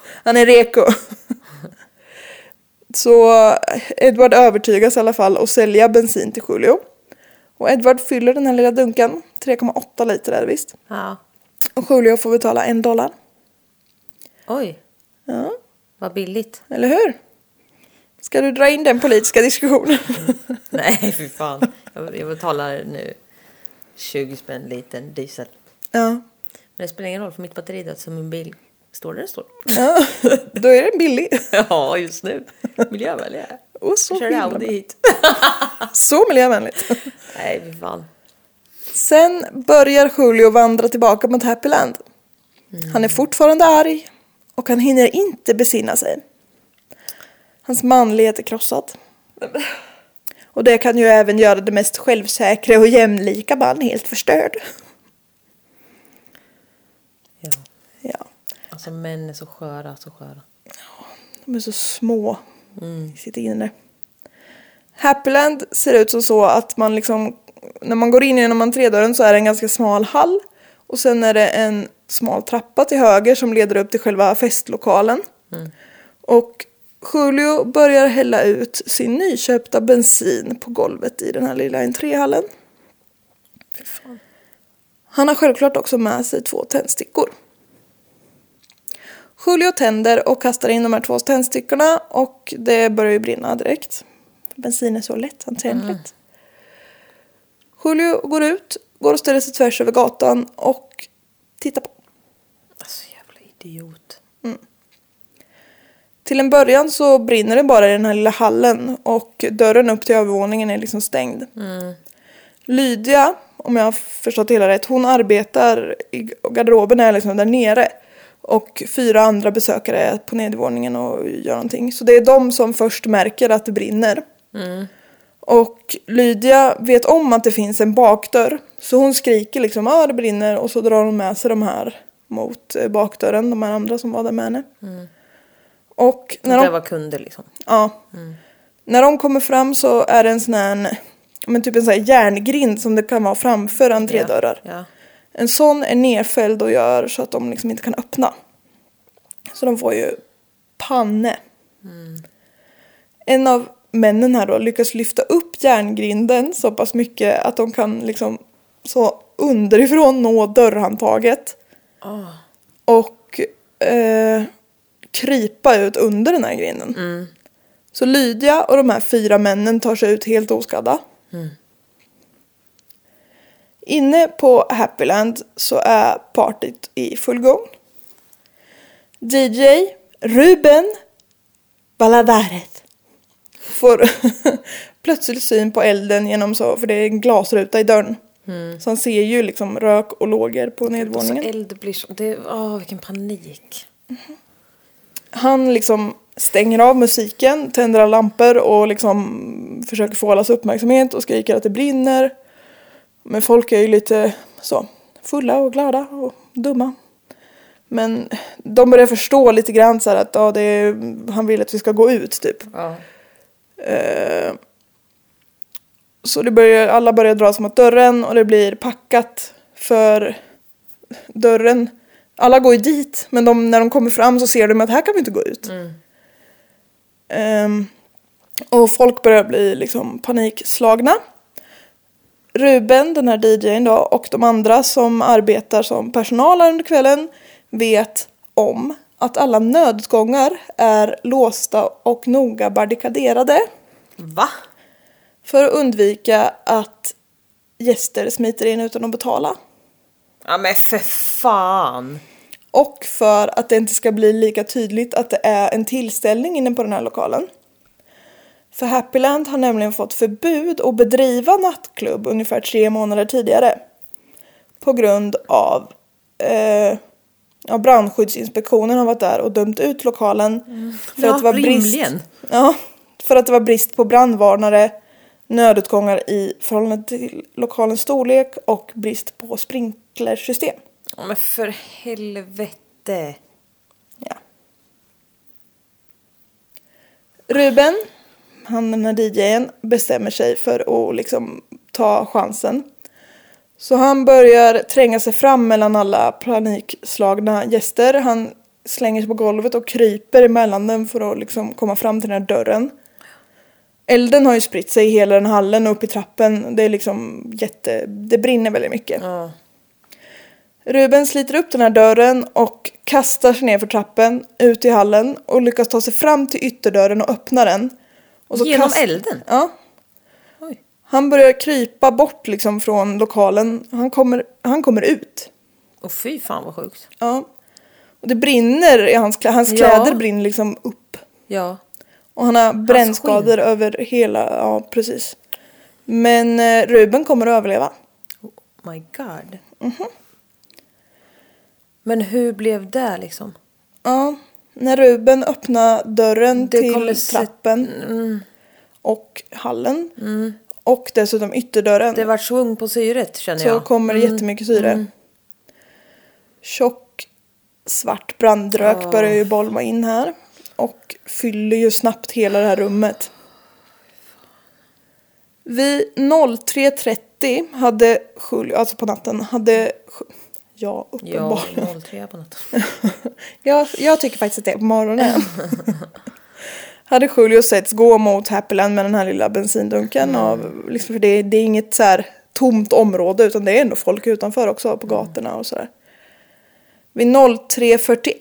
Speaker 1: han är reko. så Edward övertygas i alla fall att sälja bensin till Julio. Och Edward fyller den här lilla dunken, 3,8 liter är det visst.
Speaker 2: ja.
Speaker 1: Och Julio får betala en dollar.
Speaker 2: Oj,
Speaker 1: Ja,
Speaker 2: vad billigt.
Speaker 1: eller hur? Ska du dra in den politiska diskussionen?
Speaker 2: Nej, fy fan. Jag, jag betalar nu 20 spänn liten diesel.
Speaker 1: ja.
Speaker 2: Men det spelar ingen roll för mitt batteri är dött så min bil står där det står.
Speaker 1: ja. Då är den billig.
Speaker 2: Ja, just nu. Miljövänlig är jag.
Speaker 1: Och så,
Speaker 2: Körde
Speaker 1: himla
Speaker 2: Audi
Speaker 1: bra.
Speaker 2: hit.
Speaker 1: så miljövänligt.
Speaker 2: Nej, fy fan.
Speaker 1: Sen börjar Julio vandra tillbaka mot Happyland. Han är fortfarande arg och han hinner inte besinna sig. Hans manlighet är krossad. Och det kan ju även göra det mest självsäkra och jämlika man helt förstörd.
Speaker 2: Ja.
Speaker 1: Ja,
Speaker 2: Alltså män är så sköra, så sköra.
Speaker 1: de är så små i sitt inre. Happyland ser ut som så att man liksom, när man går in genom entrédörren så är det en ganska smal hall. Och sen är det en smal trappa till höger som leder upp till själva festlokalen. Och Julio börjar hälla ut sin nyköpta bensin på golvet i den här lilla entréhallen. Han har självklart också med sig två tändstickor. Julio tänder och kastar in de här två tändstickorna och det börjar ju brinna direkt. Bensin är så lätthanterligt. Julio går ut, går och ställer sig tvärs över gatan och tittar på.
Speaker 2: Alltså jävla idiot.
Speaker 1: Till en början så brinner det bara i den här lilla hallen och dörren upp till övervåningen är liksom stängd.
Speaker 2: Mm,
Speaker 1: Lydia, om jag har förstått det hela rätt, hon arbetar i och garderoben är liksom där nere. Och fyra andra besökare är på nedervåningen och gör någonting. Så det är de som först märker att det brinner. Och Lydia vet om att det finns en bakdörr. Så hon skriker liksom ah, det brinner och så drar hon med sig de här mot eh, bakdörren, de här andra som var där med henne. Och när
Speaker 2: Mm. det
Speaker 1: de
Speaker 2: där var kunder liksom.
Speaker 1: Ja. När de kommer fram så är det en sån här, men typ en sån här järngrind som det kan vara framför entrédörrar.
Speaker 2: Ja.
Speaker 1: En sån är nerfälld och gör så att de liksom inte kan öppna. Så de får ju panne. En av männen här då lyckas lyfta upp järngrinden så pass mycket att de kan liksom så underifrån nå dörrhandtaget.
Speaker 2: ja. Ah.
Speaker 1: Och eh, krypa ut under den här grinden. Så Lydia och de här fyra männen tar sig ut helt oskadda. Inne på Happyland så är partyt i full gång. DJ Ruben Baladaret får plötsligt syn på elden genom så, för det är en glasruta i dörren. Så han ser ju liksom rök och lågor på
Speaker 2: Alltså
Speaker 1: nedvåningen.
Speaker 2: eld blir så... Det, åh, vilken panik.
Speaker 1: Han liksom stänger av musiken, tänder alla lampor och liksom försöker få allas uppmärksamhet och skriker att det brinner. Men folk är ju lite så fulla och glada och dumma. Men de börjar förstå lite grann så här att ja, det är, han vill att vi ska gå ut typ.
Speaker 2: Ja.
Speaker 1: Eh, så det börjar, alla börjar dra sig mot dörren och det blir packat för dörren. Alla går ju dit men de, när de kommer fram så ser de att här kan vi inte gå ut.
Speaker 2: Mm.
Speaker 1: Ehm, och folk börjar bli liksom panikslagna. Ruben, den här DJn då, och de andra som arbetar som personal här under kvällen vet om att alla nödutgångar är låsta och noga barrikaderade
Speaker 2: Va?
Speaker 1: för att undvika att gäster smiter in utan att betala.
Speaker 2: Ja men för fan.
Speaker 1: Och för att det inte ska bli lika tydligt att det är en tillställning inne på den här lokalen. För Happyland har nämligen fått förbud att bedriva nattklubb ungefär tre månader tidigare. På grund av eh, ja, brandskyddsinspektionen har varit där och dömt ut lokalen. För
Speaker 2: ja,
Speaker 1: att det var brist,
Speaker 2: rimligen.
Speaker 1: ja, för att det var brist på brandvarnare, nödutgångar i förhållande till lokalens storlek och brist på sprinklersystem.
Speaker 2: Ja, men för helvete.
Speaker 1: Ja. Ruben, han den här DJn, bestämmer sig för att liksom ta chansen. Så han börjar tränga sig fram mellan alla panikslagna gäster. Han slänger sig på golvet och kryper emellan den för att liksom komma fram till den här dörren. Elden har ju spritt sig i hela den hallen och upp i trappen. Det är liksom jätte... Det brinner väldigt mycket.
Speaker 2: Ja.
Speaker 1: Ruben sliter upp den här dörren och kastar sig ner för trappen ut i hallen och lyckas ta sig fram till ytterdörren och öppna den. Och så
Speaker 2: Genom
Speaker 1: kast-
Speaker 2: elden?
Speaker 1: Ja.
Speaker 2: Oj.
Speaker 1: Han börjar krypa bort liksom från lokalen. Han kommer, han kommer ut.
Speaker 2: Och fy fan vad sjukt.
Speaker 1: Ja. Och det brinner i hans, klä- hans
Speaker 2: Ja.
Speaker 1: kläder brinner liksom upp.
Speaker 2: Ja.
Speaker 1: Och han har brännskador
Speaker 2: skinn.
Speaker 1: över hela, ja precis. Men eh, Ruben kommer att överleva.
Speaker 2: Oh my god.
Speaker 1: Mhm.
Speaker 2: Men hur blev det liksom?
Speaker 1: Ja. När Ruben öppnar dörren
Speaker 2: Det kommer
Speaker 1: till
Speaker 2: se-
Speaker 1: trappen och hallen och dessutom ytterdörren
Speaker 2: Det vart svung på syret känner
Speaker 1: så
Speaker 2: jag. Mm.
Speaker 1: kommer det jättemycket syre. Tjock svart brandrök börjar ju bolma in här och fyller ju snabbt hela det här rummet. Vid 03.30 hade Julio, alltså på natten, hade... Ju- Ja,
Speaker 2: Ja,
Speaker 1: uppenbarligen.
Speaker 2: 03 på natten.
Speaker 1: Jag, jag tycker faktiskt att det är på morgonen. Hade Julio setts gå mot Happyland med den här lilla bensindunken. Av, liksom, för det, det är inget så här tomt område utan det är ändå folk utanför också på gatorna och sådär. Vid 03.41,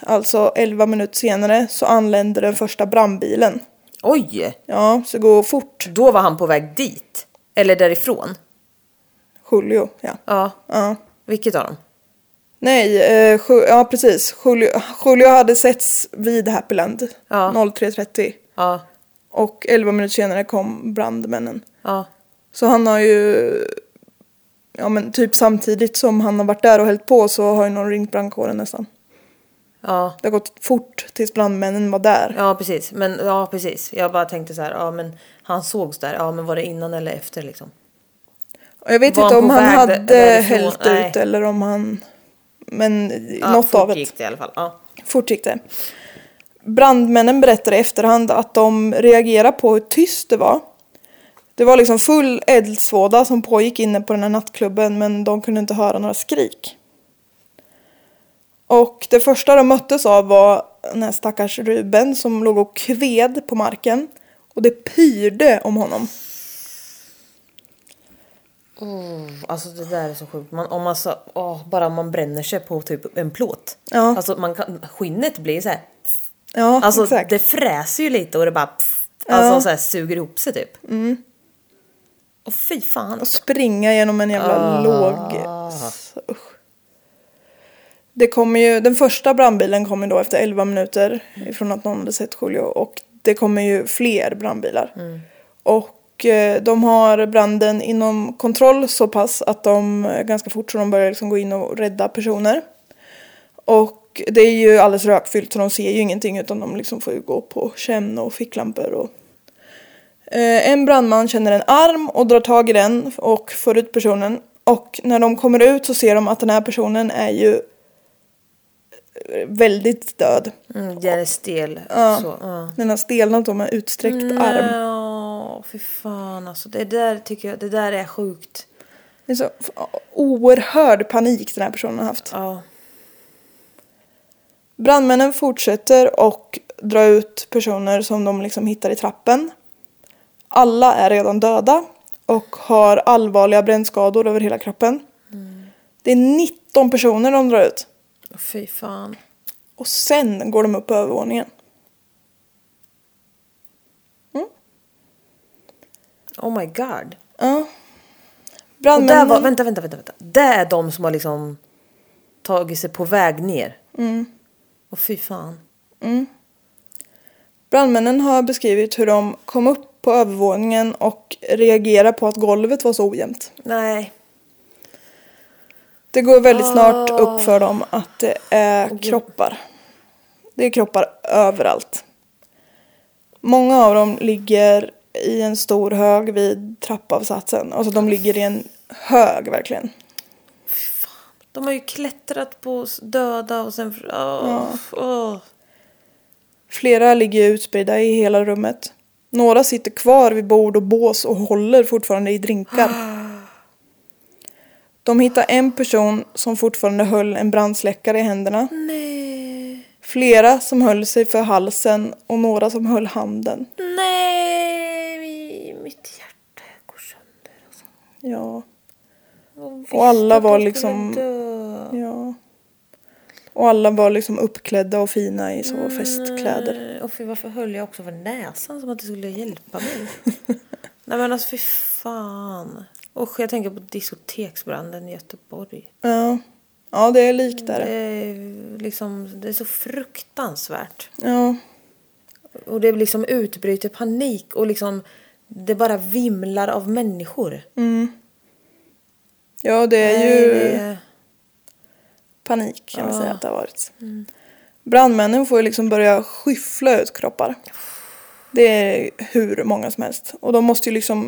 Speaker 1: alltså 11 minuter senare, så anländer den första brandbilen.
Speaker 2: Oj!
Speaker 1: Ja, så gå fort
Speaker 2: Då var han på väg dit. Eller därifrån.
Speaker 1: Julio. Ja.
Speaker 2: Ja.
Speaker 1: Ja.
Speaker 2: Vilket av dem?
Speaker 1: Nej, eh, Ju- ja precis. Julio, Julio hade setts vid Happyland
Speaker 2: Ja.
Speaker 1: 03.30.
Speaker 2: Ja.
Speaker 1: Och 11 minuter senare kom brandmännen.
Speaker 2: Ja.
Speaker 1: Så han har ju... Ja men typ samtidigt som han har varit där och hällt på så har ju någon ringt brandkåren nästan.
Speaker 2: Ja.
Speaker 1: Det har gått fort tills brandmännen var där.
Speaker 2: Ja precis. Men ja precis. Jag bara tänkte så här. Ja men han sågs där. Ja men var det innan eller efter liksom?
Speaker 1: Och jag vet
Speaker 2: Var
Speaker 1: inte
Speaker 2: han
Speaker 1: om
Speaker 2: på
Speaker 1: han
Speaker 2: väg
Speaker 1: hade
Speaker 2: därifrån?
Speaker 1: hällt
Speaker 2: Nej.
Speaker 1: ut eller om han... Men
Speaker 2: Ja,
Speaker 1: något
Speaker 2: fort
Speaker 1: av det.
Speaker 2: gick det i alla fall. Ja.
Speaker 1: Fort gick det. Brandmännen berättade i efterhand att de reagerade på hur tyst det var. Det var liksom full eldsvåda som pågick inne på den här nattklubben men de kunde inte höra några skrik. Och det första de möttes av var den här stackars Ruben som låg och kved på marken. Och det pyrde om honom.
Speaker 2: Oh, alltså det där är så sjukt. Man, om man så, åh, bara man bränner sig på typ en plåt.
Speaker 1: Ja.
Speaker 2: Alltså man kan, skinnet blir så här.
Speaker 1: Ja,
Speaker 2: Alltså
Speaker 1: exakt.
Speaker 2: det fräser ju lite och det bara pss, alltså så här suger ihop sig typ. Mm. Och fy fan.
Speaker 1: Och springa genom en jävla låg... s- Usch. Det kommer ju, den första brandbilen kommer då efter 11 minuter ifrån att någon hade sett Julio och det kommer ju fler brandbilar. Och eh, de har branden inom kontroll så pass att de eh, ganska fort så de börjar liksom gå in och rädda personer. Och det är ju alldeles rökfyllt så de ser ju ingenting utan de liksom får ju gå på känn och ficklampor och Eh, En brandman känner en arm och drar tag i den och för ut personen. Och när de kommer ut så ser de att den här personen är ju eh, väldigt död.
Speaker 2: Mm, den är stel. Så, ja.
Speaker 1: Den har stelnat då med utsträckt
Speaker 2: Mm.
Speaker 1: arm.
Speaker 2: Ja, fy fan alltså. Det där tycker jag, det där är sjukt.
Speaker 1: Det är så f- oerhörd panik den här personen har haft.
Speaker 2: Ja.
Speaker 1: Brandmännen fortsätter och drar ut personer som de liksom hittar i trappen. Alla är redan döda och har allvarliga brännskador över hela kroppen. Det är 19 personer de drar ut.
Speaker 2: Fy fan.
Speaker 1: Och sen går de upp på övervåningen.
Speaker 2: Oh my god.
Speaker 1: Ja.
Speaker 2: Och där
Speaker 1: Brandmännen...
Speaker 2: var, vänta, vänta, vänta, vänta. Det är de som har liksom tagit sig på väg ner.
Speaker 1: Mm,
Speaker 2: Och fy fan.
Speaker 1: Brandmännen har beskrivit hur de kom upp på övervåningen och reagerade på att golvet var så ojämnt.
Speaker 2: Nej.
Speaker 1: Det går väldigt snart
Speaker 2: Ah.
Speaker 1: upp för dem att det är kroppar. Det är kroppar överallt. Många av dem ligger i en stor hög vid trappavsatsen. Alltså de ligger i en hög verkligen.
Speaker 2: De har ju klättrat på s- döda och sen... åh, åh.
Speaker 1: Flera ligger utspridda i hela rummet. Några sitter kvar vid bord och bås och håller fortfarande i drinkar. De hittar en person som fortfarande höll en brandsläckare i händerna.
Speaker 2: Nej.
Speaker 1: Flera som höll sig för halsen och några som höll handen.
Speaker 2: Nej. Mitt hjärta går sönder. Alltså.
Speaker 1: Ja,
Speaker 2: Jag visste
Speaker 1: alla
Speaker 2: att de
Speaker 1: var
Speaker 2: skulle
Speaker 1: liksom-
Speaker 2: dö.
Speaker 1: ja. Och alla var liksom uppklädda och fina i
Speaker 2: Mm.
Speaker 1: så festkläder.
Speaker 2: Eh, Och fy, varför höll jag också för näsan som att det skulle hjälpa mig? Nej men alltså fy fan. Usch, jag tänker på diskoteksbranden i Göteborg.
Speaker 1: Ja, ja det är likt där.
Speaker 2: Det är, liksom, det är så fruktansvärt.
Speaker 1: Ja,
Speaker 2: Och det liksom utbryter panik och liksom det bara vimlar av människor.
Speaker 1: Mm. ja det är
Speaker 2: Nej,
Speaker 1: ju
Speaker 2: det-
Speaker 1: panik kan man
Speaker 2: Ja. Mm.
Speaker 1: säga att det har varit. Brandmännen får ju liksom börja skyffla ut kroppar. Det är hur många som helst. Och de måste ju liksom,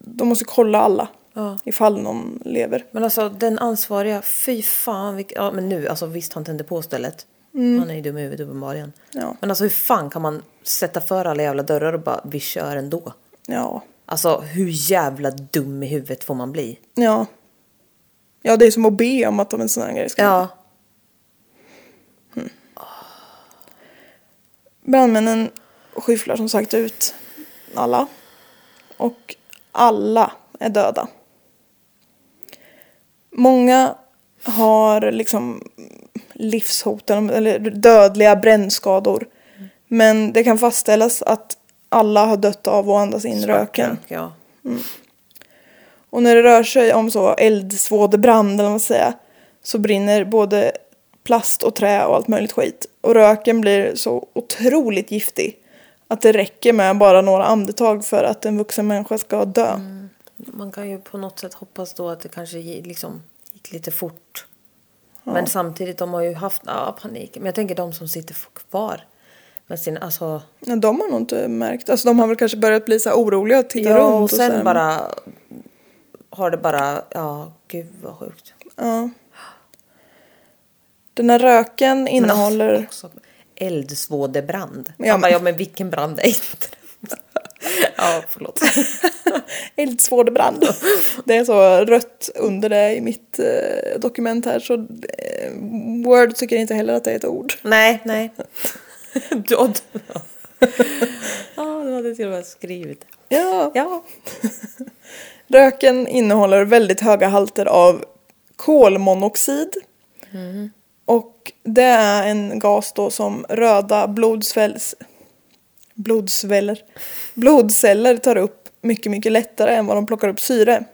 Speaker 1: de måste kolla alla.
Speaker 2: Ja.
Speaker 1: Ifall någon lever.
Speaker 2: Men alltså den ansvariga, fy fan. Vilk... Ja, men nu, alltså visst han tände på stället.
Speaker 1: Mm.
Speaker 2: Han är ju dum i huvudet uppenbarligen.
Speaker 1: Ja.
Speaker 2: Men alltså hur fan kan man sätta för alla jävla dörrar och bara vi kör ändå?
Speaker 1: Ja.
Speaker 2: Alltså hur jävla dum i huvudet får man bli?
Speaker 1: Ja. Ja, det är som att be om att de en sån här grej ska
Speaker 2: Ja.
Speaker 1: Brandmännen skyfflar som sagt ut alla. Och alla är döda. Många har liksom livshotande eller dödliga brännskador. Men det kan fastställas att alla har dött av att andas in röken.
Speaker 2: Svartrök, Ja.
Speaker 1: Och när det rör sig om så eldsvådebrand eller vad man ska säga så brinner både plast och trä och allt möjligt skit. Och röken blir så otroligt giftig att det räcker med bara några andetag för att en vuxen människa ska dö.
Speaker 2: Mm. Man kan ju på något sätt hoppas då att det kanske gi- liksom gick lite fort. Men samtidigt, de har ju haft ja, panik. Men jag tänker de som sitter f- kvar. Med sin, alltså,
Speaker 1: Ja, de har nog inte märkt, alltså de har väl kanske börjat bli så här oroliga och titta runt.
Speaker 2: ja, och sen
Speaker 1: så här,
Speaker 2: bara har det bara, ja gud vad sjukt.
Speaker 1: Ja. Den här röken innehåller...
Speaker 2: Men alltså, också eldsvådebrand.
Speaker 1: Ja,
Speaker 2: Ja,
Speaker 1: men-
Speaker 2: bara, ja men vilken brand är inte det? Ja, förlåt.
Speaker 1: Eldsvådebrand. Det är så rött under det i mitt eh, dokument här så eh, Word tycker inte heller att det är ett ord.
Speaker 2: Nej, nej. Du, och du. Ja, du hade till och med skrivit.
Speaker 1: Ja.
Speaker 2: Ja.
Speaker 1: Röken innehåller väldigt höga halter av kolmonoxid.
Speaker 2: Mm,
Speaker 1: Och det är en gas då som röda blodsvälls... blodsväller... blodceller tar upp mycket, mycket lättare än vad de plockar upp syre.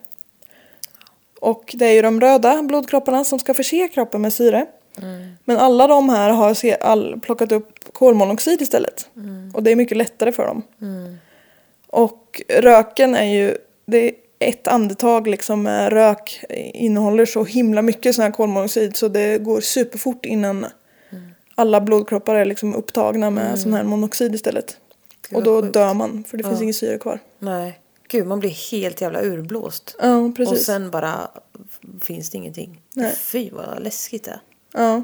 Speaker 1: Och det är ju de röda blodkropparna som ska förse kroppen med syre.
Speaker 2: mm.
Speaker 1: Men alla de här har se, all, plockat upp kolmonoxid istället.
Speaker 2: Mm.
Speaker 1: Och det är mycket lättare för dem. Och röken är ju, det är ett andetag liksom med rök innehåller så himla mycket sån här kolmonoxid så det går superfort innan
Speaker 2: Mm.
Speaker 1: alla blodkroppar är liksom upptagna med sån här monoxid istället.
Speaker 2: Gud,
Speaker 1: och då
Speaker 2: vad sjukt.
Speaker 1: dör man för det finns ingen syre kvar.
Speaker 2: Nej. Gud, man blir helt jävla urblåst.
Speaker 1: Ja, precis.
Speaker 2: Och sen bara finns det ingenting.
Speaker 1: Nej.
Speaker 2: Fy vad läskigt det är.
Speaker 1: Ja.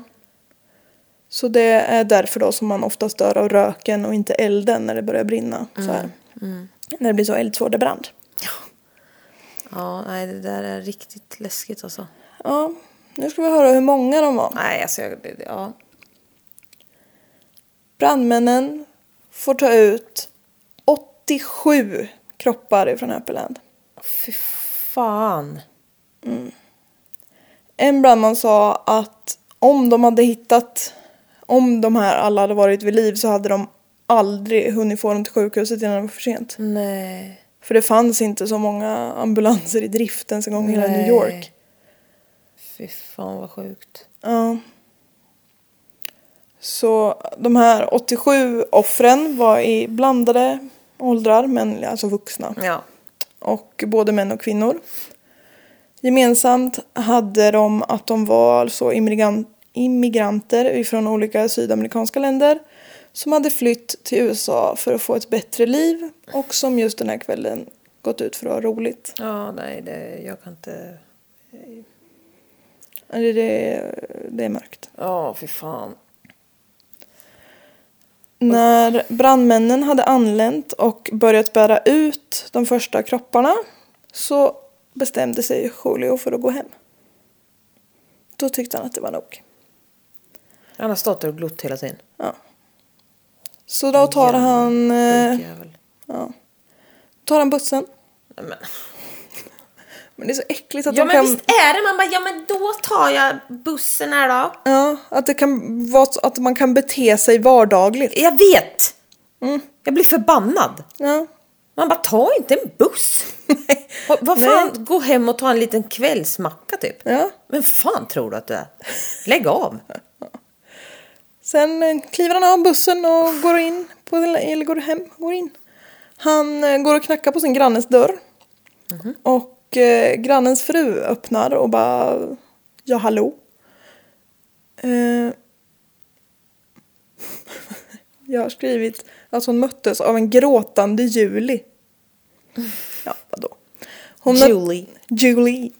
Speaker 1: Så det är därför då som man oftast dör av röken och inte elden när det börjar brinna. Så här. När det blir så eldsvådebrand.
Speaker 2: Ja, nej det där är riktigt läskigt alltså.
Speaker 1: Ja, nu ska vi höra hur många de var.
Speaker 2: Nej, alltså jag, det- det- ja.
Speaker 1: Brandmännen får ta ut 87 kroppar ifrån Öppeland.
Speaker 2: Fy fan.
Speaker 1: En brandman sa att om de hade hittat, om de här alla hade varit vid liv så hade de aldrig hunnit få dem till sjukhuset innan det var för sent.
Speaker 2: Nej.
Speaker 1: För det fanns inte så många ambulanser i drift ens en gång i hela
Speaker 2: Nej.
Speaker 1: New York.
Speaker 2: Fy fan vad sjukt.
Speaker 1: Ja. Så de här 87 offren var i blandade åldrar, men alltså vuxna.
Speaker 2: Ja.
Speaker 1: och både män och kvinnor. Gemensamt hade de att de var alltså immigran- immigranter från olika sydamerikanska länder som hade flytt till USA för att få ett bättre liv och som just den här kvällen gått ut för att ha roligt.
Speaker 2: Ja, nej, det, jag kan inte...
Speaker 1: Det, det, det är mörkt.
Speaker 2: Ja, fy fan.
Speaker 1: När brandmännen hade anlänt och börjat bära ut de första kropparna så bestämde sig Julio för att gå hem. Då tyckte han att det var nog.
Speaker 2: Han har stått där och glott hela tiden.
Speaker 1: Ja. Så då tar
Speaker 2: Jävla
Speaker 1: han, eh,
Speaker 2: Sjukjävel.
Speaker 1: ja, tar han bussen
Speaker 2: Nej, men.
Speaker 1: Men det är så äckligt att
Speaker 2: Ja
Speaker 1: de
Speaker 2: men
Speaker 1: kan...
Speaker 2: visst är det, man bara ja men då tar jag bussen här då.
Speaker 1: Ja, att det kan vara så att man kan bete sig vardagligt.
Speaker 2: Jag vet! Jag blir förbannad.
Speaker 1: Ja.
Speaker 2: Mm. Man bara ta inte en buss. Va- Vad fan, gå hem och ta en liten kvällsmacka typ.
Speaker 1: Ja.
Speaker 2: Men fan tror du att du är? Lägg av.
Speaker 1: Sen eh, kliver han av bussen och går in, på, eller går hem, går in. Han eh, går och knackar på sin grannes dörr. Och eh, grannens fru öppnar och bara, ja hallå. Eh, jag har skrivit att hon möttes av en gråtande Julie. Ja, vadå? Hon mö-
Speaker 2: Julie.
Speaker 1: Julie.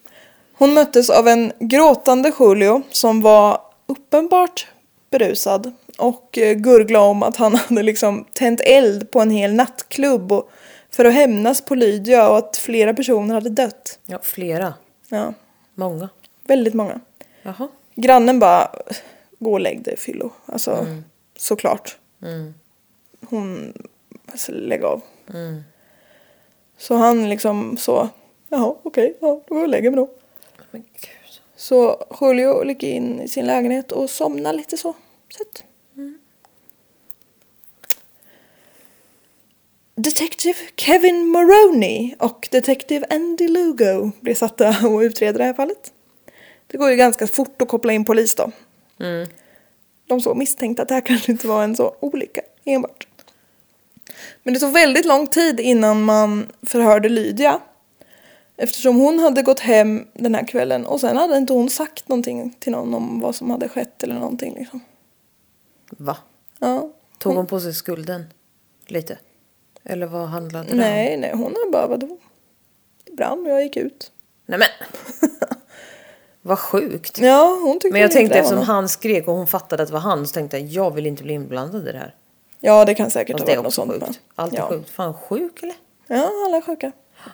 Speaker 1: Hon möttes av en gråtande Julio som var uppenbart berusad och eh, gurglade om att han hade liksom tänt eld på en hel nattklubb och för att hämnas på Lydia och att flera personer hade dött.
Speaker 2: Ja, flera.
Speaker 1: Ja,
Speaker 2: Många.
Speaker 1: väldigt många.
Speaker 2: Jaha.
Speaker 1: Grannen bara, "Äh, gå och lägg dig Fillo. Alltså, såklart.
Speaker 2: Mm.
Speaker 1: Hon, alltså, lägg av.
Speaker 2: Mm.
Speaker 1: Så han liksom så, jaha okej, ja, då går jag och lägger mig då.
Speaker 2: Men gud.
Speaker 1: Så Julio gick in i sin lägenhet och somnade lite så. Sött. Detective Kevin Maroney och Detective Andy Lugo blev satta att utreda det här fallet. Det går ju ganska fort att koppla in polis då.
Speaker 2: Mm.
Speaker 1: De såg misstänkta att det här kanske inte var en så olycka enbart. Men det tog väldigt lång tid innan man förhörde Lydia. Eftersom hon hade gått hem den här kvällen och sen hade inte hon sagt någonting till någon om vad som hade skett eller någonting liksom.
Speaker 2: Va?
Speaker 1: Ja.
Speaker 2: Tog hon på sig skulden? Lite? Eller vad handlade det om?
Speaker 1: Nej, nej, hon har bara vadå? Det brann och jag gick ut.
Speaker 2: Nej men. vad sjukt.
Speaker 1: Ja, hon tyckte
Speaker 2: Typ. Men jag
Speaker 1: inte
Speaker 2: tänkte
Speaker 1: det
Speaker 2: eftersom
Speaker 1: var något.
Speaker 2: han skrek och hon fattade att det var han så tänkte jag jag vill inte bli inblandad i det här.
Speaker 1: Ja, det kan säkert
Speaker 2: Fast
Speaker 1: ha
Speaker 2: det är
Speaker 1: varit något
Speaker 2: också
Speaker 1: sånt. men-
Speaker 2: sjukt. Allt är
Speaker 1: ja.
Speaker 2: sjukt. Fan sjuk eller?
Speaker 1: Ja, alla är sjuka.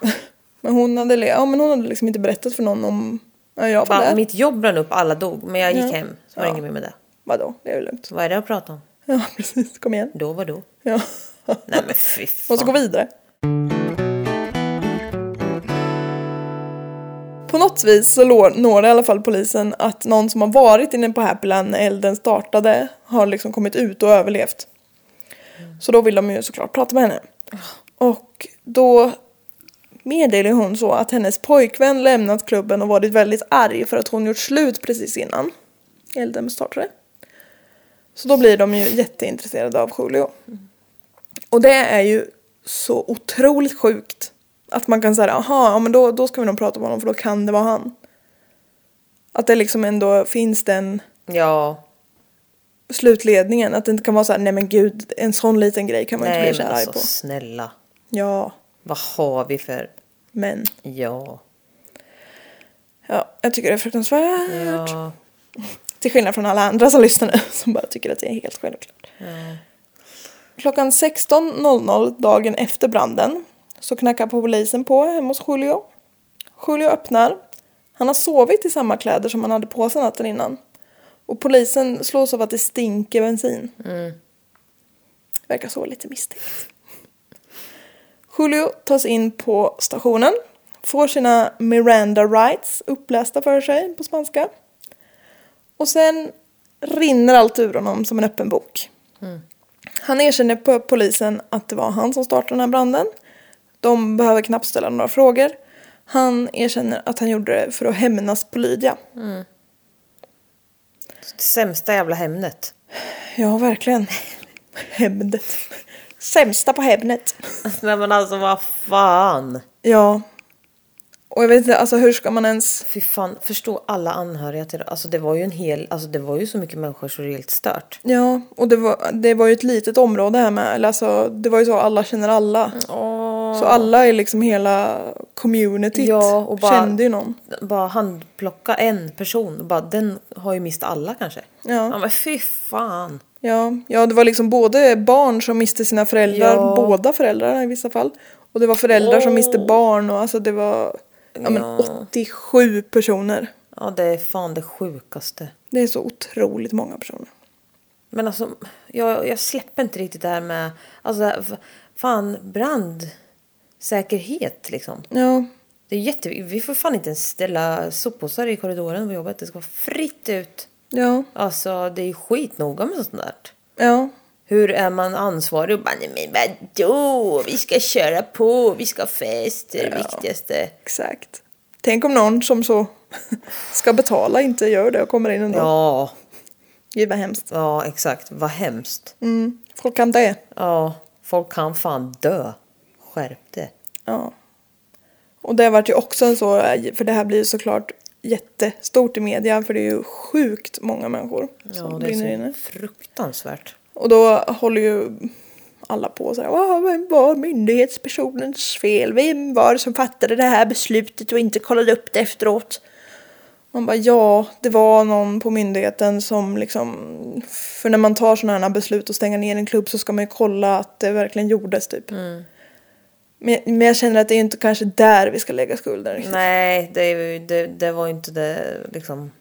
Speaker 1: men hon hade, le- ja, men hon hade liksom inte berättat för någon om... Ja, jag var
Speaker 2: Fan,
Speaker 1: där.
Speaker 2: mitt jobb brann upp, alla dog. Men jag gick
Speaker 1: Ja.
Speaker 2: hem. Så var det
Speaker 1: Ja.
Speaker 2: inget mer med det.
Speaker 1: Vadå, det är väl lugnt.
Speaker 2: Så vad är det att prata om?
Speaker 1: Ja, precis. Kom igen.
Speaker 2: Då var då.
Speaker 1: Ja.
Speaker 2: Nej men fy
Speaker 1: Måste gå
Speaker 2: fan.
Speaker 1: vidare. På något vis så lår- når det i alla fall polisen att någon som har varit inne på Happyland när elden startade har liksom kommit ut och överlevt. Så då vill de ju såklart prata med henne. Och då meddelar hon så att hennes pojkvän lämnat klubben och varit väldigt arg för att hon gjort slut precis innan elden startade. Så då blir de ju jätteintresserade av Julio. Och det är ju så otroligt sjukt. Att man kan säga, aha, ja, men då, då ska vi nog prata om honom för då kan det vara han. Att det liksom ändå finns den
Speaker 2: Ja.
Speaker 1: slutledningen. Att det inte kan vara så här, nej men gud, en sån liten grej kan man ju
Speaker 2: Nej
Speaker 1: inte bli
Speaker 2: men
Speaker 1: så arg
Speaker 2: alltså
Speaker 1: på.
Speaker 2: snälla.
Speaker 1: Ja,
Speaker 2: Vad har vi för...
Speaker 1: men.
Speaker 2: Ja.
Speaker 1: Ja, jag tycker det är fruktansvärt.
Speaker 2: Ja.
Speaker 1: Till skillnad från alla andra som lyssnar nu som bara tycker att det är helt självklart. Klockan 16.00 dagen efter branden så knackar polisen på hemma hos Julio. Julio öppnar. Han har sovit i samma kläder som han hade på sig natten innan. Och polisen slås av att det stinker bensin. Verkar så lite misstänkt. Julio tas in på stationen. Får sina Miranda rights upplästa för sig på spanska. Och sen rinner allt ur honom som en öppen bok. Han erkänner på polisen att det var han som startade den här branden. De behöver knappt ställa några frågor. Han erkänner att han gjorde det för att hämnas på Lydia.
Speaker 2: Det sämsta jävla hämnet.
Speaker 1: Ja, verkligen. Hämndet. Sämsta på hämnet.
Speaker 2: Nej men alltså vad fan.
Speaker 1: Ja. Och jag vet inte, alltså hur ska man ens...
Speaker 2: Fy fan, förstå alla anhöriga till Alltså det var ju en hel, alltså det var ju så mycket människor så det är helt stört.
Speaker 1: Ja, och det var, det var ju ett litet område här med. Eller alltså, det var ju så alla känner alla. Så alla är liksom hela communityt
Speaker 2: Ja, och bara-
Speaker 1: kände ju någon.
Speaker 2: Bara handplocka en person, bara den har ju mist alla kanske.
Speaker 1: Ja.
Speaker 2: men fy fan.
Speaker 1: Ja, ja, det var liksom både barn som miste sina föräldrar,
Speaker 2: Ja.
Speaker 1: båda föräldrar i vissa fall. Och det var föräldrar som miste barn och alltså det var ja, men
Speaker 2: Ja.
Speaker 1: 87 personer.
Speaker 2: Ja det är fan det sjukaste.
Speaker 1: Det är så otroligt många personer.
Speaker 2: Men alltså jag, jag släpper inte riktigt det här med, alltså det här- f- fan brandsäkerhet liksom.
Speaker 1: Ja,
Speaker 2: Det är jätteviktigt. Vi får fan inte ens ställa soppåsar i korridoren på jobbet. Det ska vara fritt ut.
Speaker 1: Ja.
Speaker 2: Alltså det är ju skitnoga med sånt där.
Speaker 1: Ja.
Speaker 2: Hur är man ansvarig? Och bara, nej men vadå? Vi ska köra på, vi ska ha fest, det är det viktigaste.
Speaker 1: Exakt. Tänk om någon som så ska betala inte gör det och kommer in ändå.
Speaker 2: Ja,
Speaker 1: Gud vad hemskt.
Speaker 2: ja exakt. Vad hemskt.
Speaker 1: Mm. Folk kan det.
Speaker 2: Ja, folk kan fan dö. Skärp det.
Speaker 1: Ja. Och det vart ju också en så, för det här blir ju såklart jättestort i media för det är ju sjukt många människor
Speaker 2: Ja,
Speaker 1: som
Speaker 2: det
Speaker 1: brinner
Speaker 2: är
Speaker 1: inne.
Speaker 2: så fruktansvärt.
Speaker 1: Och då håller ju alla på så här, "Åh, vem var myndighetspersonens fel? Vem var det som fattade det här beslutet och inte kollade upp det efteråt? Man bara ja, det var någon på myndigheten som liksom, för när man tar sådana här beslut och stänger ner en klubb så ska man ju kolla att det verkligen gjordes typ.
Speaker 2: Mm.
Speaker 1: Men, men jag känner att det är ju inte kanske där vi ska lägga skulden riktigt.
Speaker 2: Nej, det, är ju- det, det var ju inte det liksom.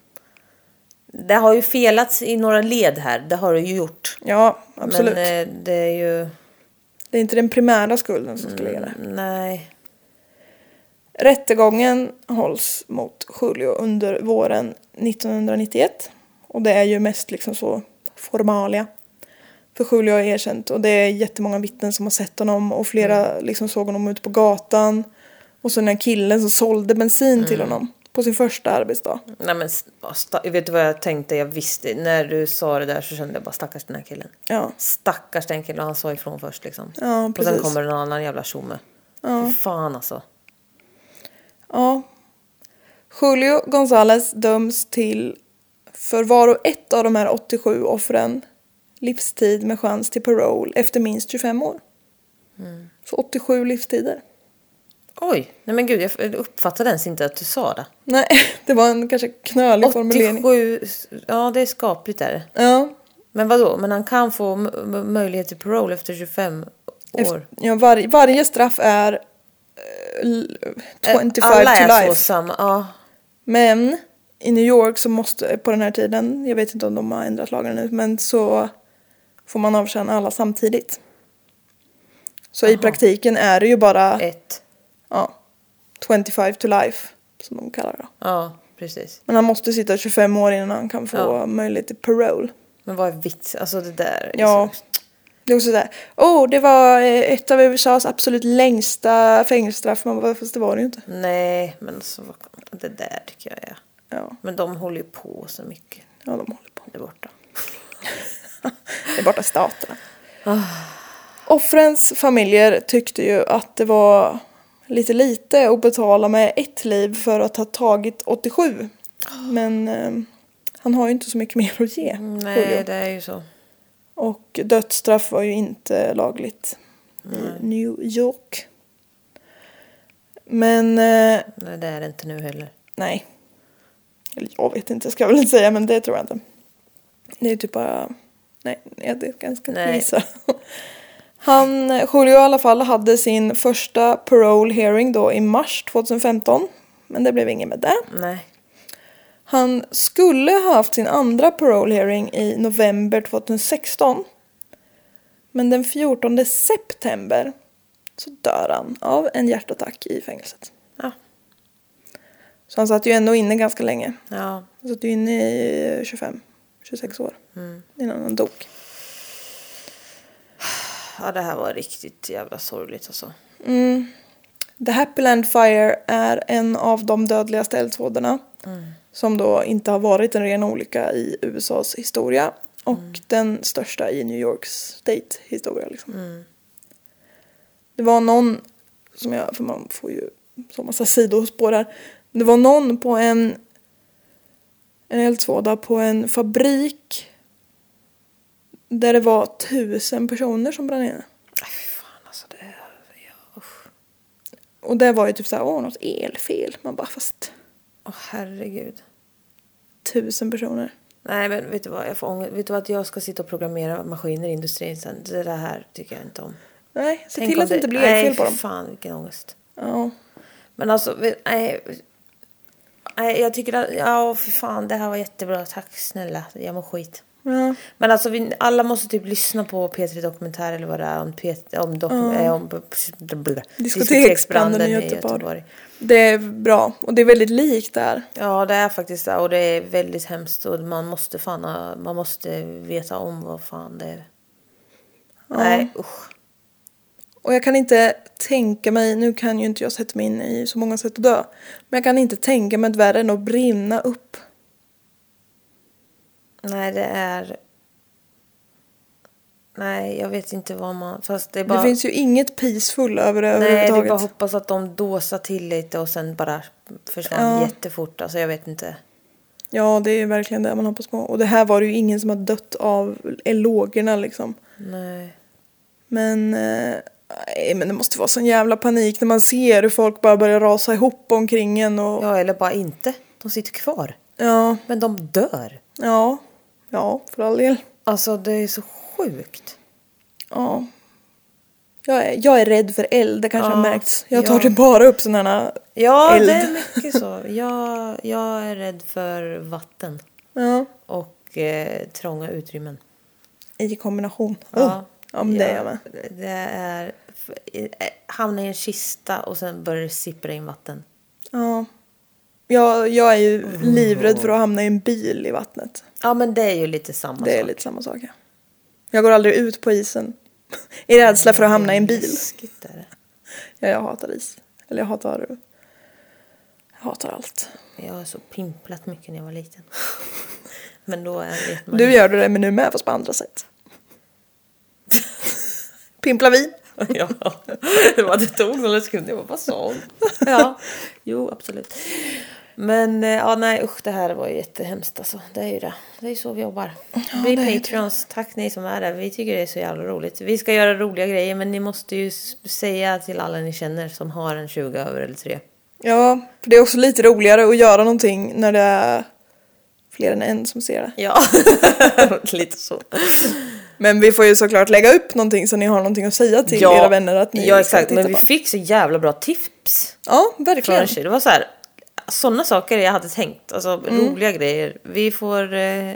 Speaker 2: Det har ju felats i några led här, det har det ju gjort.
Speaker 1: Ja, absolut.
Speaker 2: Men eh, det är ju...
Speaker 1: det är inte den primära skulden som
Speaker 2: Mm.
Speaker 1: ska ligga där.
Speaker 2: Nej.
Speaker 1: Rättegången hålls mot Julio under våren 1991. Och det är ju mest liksom så formalia. För Julio har erkänt och det är jättemånga vittnen som har sett honom och flera
Speaker 2: Mm.
Speaker 1: liksom såg honom ute på gatan. Och så den här killen som sålde bensin till
Speaker 2: Mm.
Speaker 1: honom på sin första arbetsdag.
Speaker 2: Nej men sta, vet du vad jag tänkte? Jag visste, när du sa det där så kände jag bara stackars den här killen.
Speaker 1: Ja,
Speaker 2: Stackars den killen, han sa ifrån först liksom.
Speaker 1: Ja,
Speaker 2: Och sen
Speaker 1: precis.
Speaker 2: kommer en annan jävla tjomme. Fy fan alltså.
Speaker 1: Ja. Julio Gonzales döms till för var och ett av de här 87 offren livstid med chans till parole efter minst 25 år.
Speaker 2: Mm.
Speaker 1: Så 87 livstider.
Speaker 2: Oj, nej men gud jag uppfattade ens inte att du sa det.
Speaker 1: Nej, det var en kanske knölig formulering.
Speaker 2: 87, ja det är skapligt där.
Speaker 1: Ja,
Speaker 2: Men vadå, men han kan få m- m- möjlighet till parole efter 25
Speaker 1: efter,
Speaker 2: år?
Speaker 1: ja var, varje straff är eh, l- 25
Speaker 2: Alla är
Speaker 1: to
Speaker 2: så
Speaker 1: life.
Speaker 2: samma, ja.
Speaker 1: Men i New York så måste, på den här tiden, jag vet inte om de har ändrat lagen nu, men så får man avtjäna alla samtidigt. Så i praktiken är det ju bara
Speaker 2: Ett,
Speaker 1: ja, 25 to life, som de kallar det.
Speaker 2: ja precis.
Speaker 1: Men han måste sitta 25 år innan han kan få möjlighet till parole.
Speaker 2: Men vad är vits, alltså det där är
Speaker 1: Ja.
Speaker 2: så-
Speaker 1: Det är också sådär, oh det var eh, ett av USAs absolut längsta fängelsestraff. Man bara, fast det var det ju inte.
Speaker 2: Nej, men alltså vad- det där tycker jag är.
Speaker 1: Ja,
Speaker 2: Men de håller ju på så mycket
Speaker 1: ja de håller på.
Speaker 2: där borta.
Speaker 1: Det är borta i staterna. Offrens familjer tyckte ju att det var lite lite att betala med ett liv för att ha tagit 87. Men eh, han har ju inte så mycket mer att ge. Julio.
Speaker 2: Nej, det är ju så.
Speaker 1: Och dödsstraff var ju inte lagligt i New York. Men eh,
Speaker 2: Nej, det är det inte nu heller.
Speaker 1: nej. Eller jag vet inte, jag ska väl inte säga men det tror jag inte. Det är ju typ bara... Nej, nej, det ganska
Speaker 2: Nej.
Speaker 1: gissa. Han, Julio i alla fall, hade sin första parole hearing då i mars 2015. Men det blev inget med det.
Speaker 2: Nej.
Speaker 1: Han skulle ha haft sin andra parole hearing i november 2016. Men den 14 september så dör han av en hjärtattack i fängelset.
Speaker 2: Ja.
Speaker 1: Så han satt ju ändå inne ganska länge.
Speaker 2: Ja.
Speaker 1: Han satt ju inne i 25-26 år
Speaker 2: mm.
Speaker 1: innan han dog.
Speaker 2: ja, det här var riktigt jävla sorgligt alltså.
Speaker 1: Mm. The Happyland Fire är en av de dödligaste eldsvådorna
Speaker 2: Mm.
Speaker 1: som då inte har varit en ren olycka i USAs historia och
Speaker 2: Mm.
Speaker 1: den största i New York State historia. Liksom.
Speaker 2: Mm.
Speaker 1: Det var någon som jag, för man får ju så massa sidospår här. Det var någon på en, en eldsvåda på en fabrik där det var tusen personer som brann inne.
Speaker 2: Nej, fy fan alltså. Det är... ja, usch.
Speaker 1: Och det var ju typ såhär, åh något elfel. Man bara fast
Speaker 2: Åh herregud.
Speaker 1: tusen personer.
Speaker 2: Nej men vet du vad, jag får ångest. Vet du vad, att jag ska sitta och programmera maskiner i industrin sen. Det där här tycker jag inte om.
Speaker 1: Nej, se
Speaker 2: Tänk
Speaker 1: till
Speaker 2: om
Speaker 1: att det inte blir
Speaker 2: Nej,
Speaker 1: elfel på
Speaker 2: fy
Speaker 1: dem.
Speaker 2: fan vilken ångest.
Speaker 1: Ja.
Speaker 2: Men alltså, vet- nej. Nej, jag tycker att, ja fy fan det här var jättebra. Tack snälla, jag mår skit.
Speaker 1: Ja.
Speaker 2: Men alltså vi, alla måste typ lyssna på P3 Dokumentär eller vad det är om, P, om, doku, eh, om blablabla,
Speaker 1: Diskoteksbranden i Göteborg. Det är bra och det är väldigt likt där.
Speaker 2: Ja det är faktiskt det och det är väldigt hemskt och man måste fan ha- man måste veta om vad fan det är. Nej usch.
Speaker 1: Och jag kan inte tänka mig, nu kan ju inte jag sätta mig in i så många sätt att dö. Men jag kan inte tänka mig att värre än att brinna upp.
Speaker 2: Nej det är. Nej jag vet inte vad man. Fast det är bara.
Speaker 1: Det finns ju inget peaceful över det
Speaker 2: Nej, det är
Speaker 1: överhuvudtaget.
Speaker 2: bara att hoppas att de dåsar till lite och sen bara försvann
Speaker 1: Ja.
Speaker 2: jättefort. Alltså jag vet inte.
Speaker 1: Ja, det är ju verkligen det man hoppas på. Och det här var det ju ingen som har dött av elogerna liksom.
Speaker 2: Nej.
Speaker 1: Men, eh, nej, men det måste vara sån jävla panik när man ser hur folk bara börjar rasa ihop omkring en och...
Speaker 2: Ja, eller bara inte. De sitter kvar.
Speaker 1: Ja,
Speaker 2: Men de dör.
Speaker 1: ja, ja, för all del.
Speaker 2: Alltså det är så sjukt.
Speaker 1: Ja. Jag är, jag är rädd för eld, det kanske
Speaker 2: Ja,
Speaker 1: har märkts. Jag tar
Speaker 2: ja.
Speaker 1: det bara upp sådana här...
Speaker 2: Ja,
Speaker 1: Eld.
Speaker 2: det är mycket så. Jag, jag är rädd för vatten
Speaker 1: Ja.
Speaker 2: och eh, trånga utrymmen.
Speaker 1: I kombination. Ja, ja men det är jag med.
Speaker 2: Det är... eh, Hamna i en kista och sen börjar det sippra in vatten.
Speaker 1: Ja. Jag, jag är ju livrädd för att hamna i en bil i vattnet.
Speaker 2: Ja, men det är ju lite samma
Speaker 1: Det är
Speaker 2: sak.
Speaker 1: lite samma sak. Ja. Jag går aldrig ut på isen. I rädsla för att hamna i en bil.
Speaker 2: Läskigt är det.
Speaker 1: Ja, jag hatar is. Eller jag hatar... Jag hatar allt.
Speaker 2: Jag har så pimplat mycket när jag var liten. Men då är vet man
Speaker 1: Du gör det men nu med fast på andra sätt. Pimpla vin.
Speaker 2: Ja, det var det tog några sekunder. Jag bara, vad sa hon? Ja, jo absolut. Men eh, ja, nej usch det här var ju jättehemskt alltså. Det är ju det. Det är ju så vi jobbar. Bli
Speaker 1: det är ju
Speaker 2: Patreons. Tack ni som är där. Vi tycker det är så jävla roligt. Vi ska göra roliga grejer men ni måste ju s- säga till alla ni känner som har en 20 över eller 3.
Speaker 1: Ja, för det är också lite roligare att göra någonting när det är fler än en som ser det.
Speaker 2: Ja, lite så.
Speaker 1: Men vi får ju såklart lägga upp någonting så ni har någonting att säga till era vänner att ni
Speaker 2: Ja
Speaker 1: ska
Speaker 2: exakt, men
Speaker 1: titta
Speaker 2: vi
Speaker 1: på.
Speaker 2: fick så jävla bra tips.
Speaker 1: Ja,
Speaker 2: Från en
Speaker 1: verkligen.
Speaker 2: tjej. Det var så här, sådana saker jag hade tänkt. Alltså roliga grejer. Vi får eh,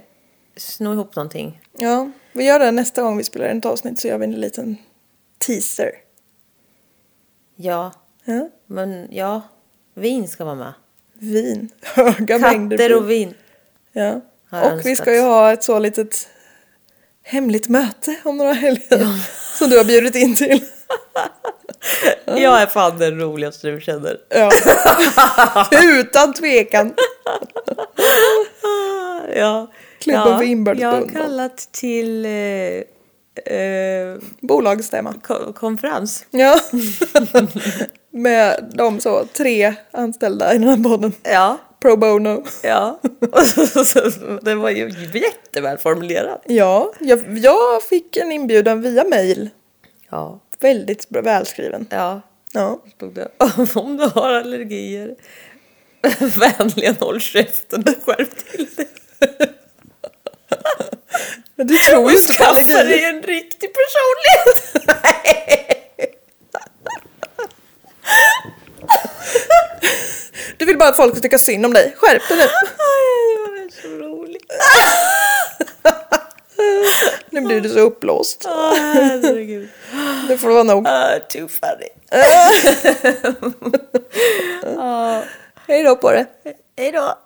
Speaker 2: sno ihop någonting.
Speaker 1: Ja, vi gör det nästa gång vi spelar in ett avsnitt så gör vi en liten teaser.
Speaker 2: Ja,
Speaker 1: Ja.
Speaker 2: men ja. Vin ska vara med.
Speaker 1: Vin. Höga mängder.
Speaker 2: Katter
Speaker 1: vin.
Speaker 2: och vin.
Speaker 1: Ja.
Speaker 2: har
Speaker 1: Och vi
Speaker 2: önskats.
Speaker 1: ska ju ha ett så litet hemligt möte om några helger. Som du har bjudit in till.
Speaker 2: Jag är fan den roligaste du känner.
Speaker 1: Ja. Utan tvekan.
Speaker 2: Ja.
Speaker 1: Klubben
Speaker 2: ja,
Speaker 1: för inbördes
Speaker 2: Jag har
Speaker 1: beundran.
Speaker 2: kallat till eh, eh,
Speaker 1: Bolagsstämma.
Speaker 2: ko- konferens.
Speaker 1: Ja. Med de så tre anställda i den här podden.
Speaker 2: Ja.
Speaker 1: Pro bono.
Speaker 2: Ja. Och så, så, så, det var ju jättevälformulerat.
Speaker 1: Ja, jag, jag fick en inbjudan via mail.
Speaker 2: Ja.
Speaker 1: Väldigt bra, välskriven.
Speaker 2: Ja.
Speaker 1: Ja.
Speaker 2: Stod det. Om du har allergier, vänligen håll käften och skärp till dig.
Speaker 1: Men du tror ju inte på
Speaker 2: Skaffa
Speaker 1: allergier.
Speaker 2: dig en riktig personlighet.
Speaker 1: Du vill bara att folk ska tycka synd om dig. Skärp dig nu.
Speaker 2: Aj, det var så roligt.
Speaker 1: Nu blir du så uppblåst.
Speaker 2: Åh, herregud.
Speaker 1: Det får vara nog.
Speaker 2: Ah, too funny.
Speaker 1: Hej då på det.
Speaker 2: Hej då.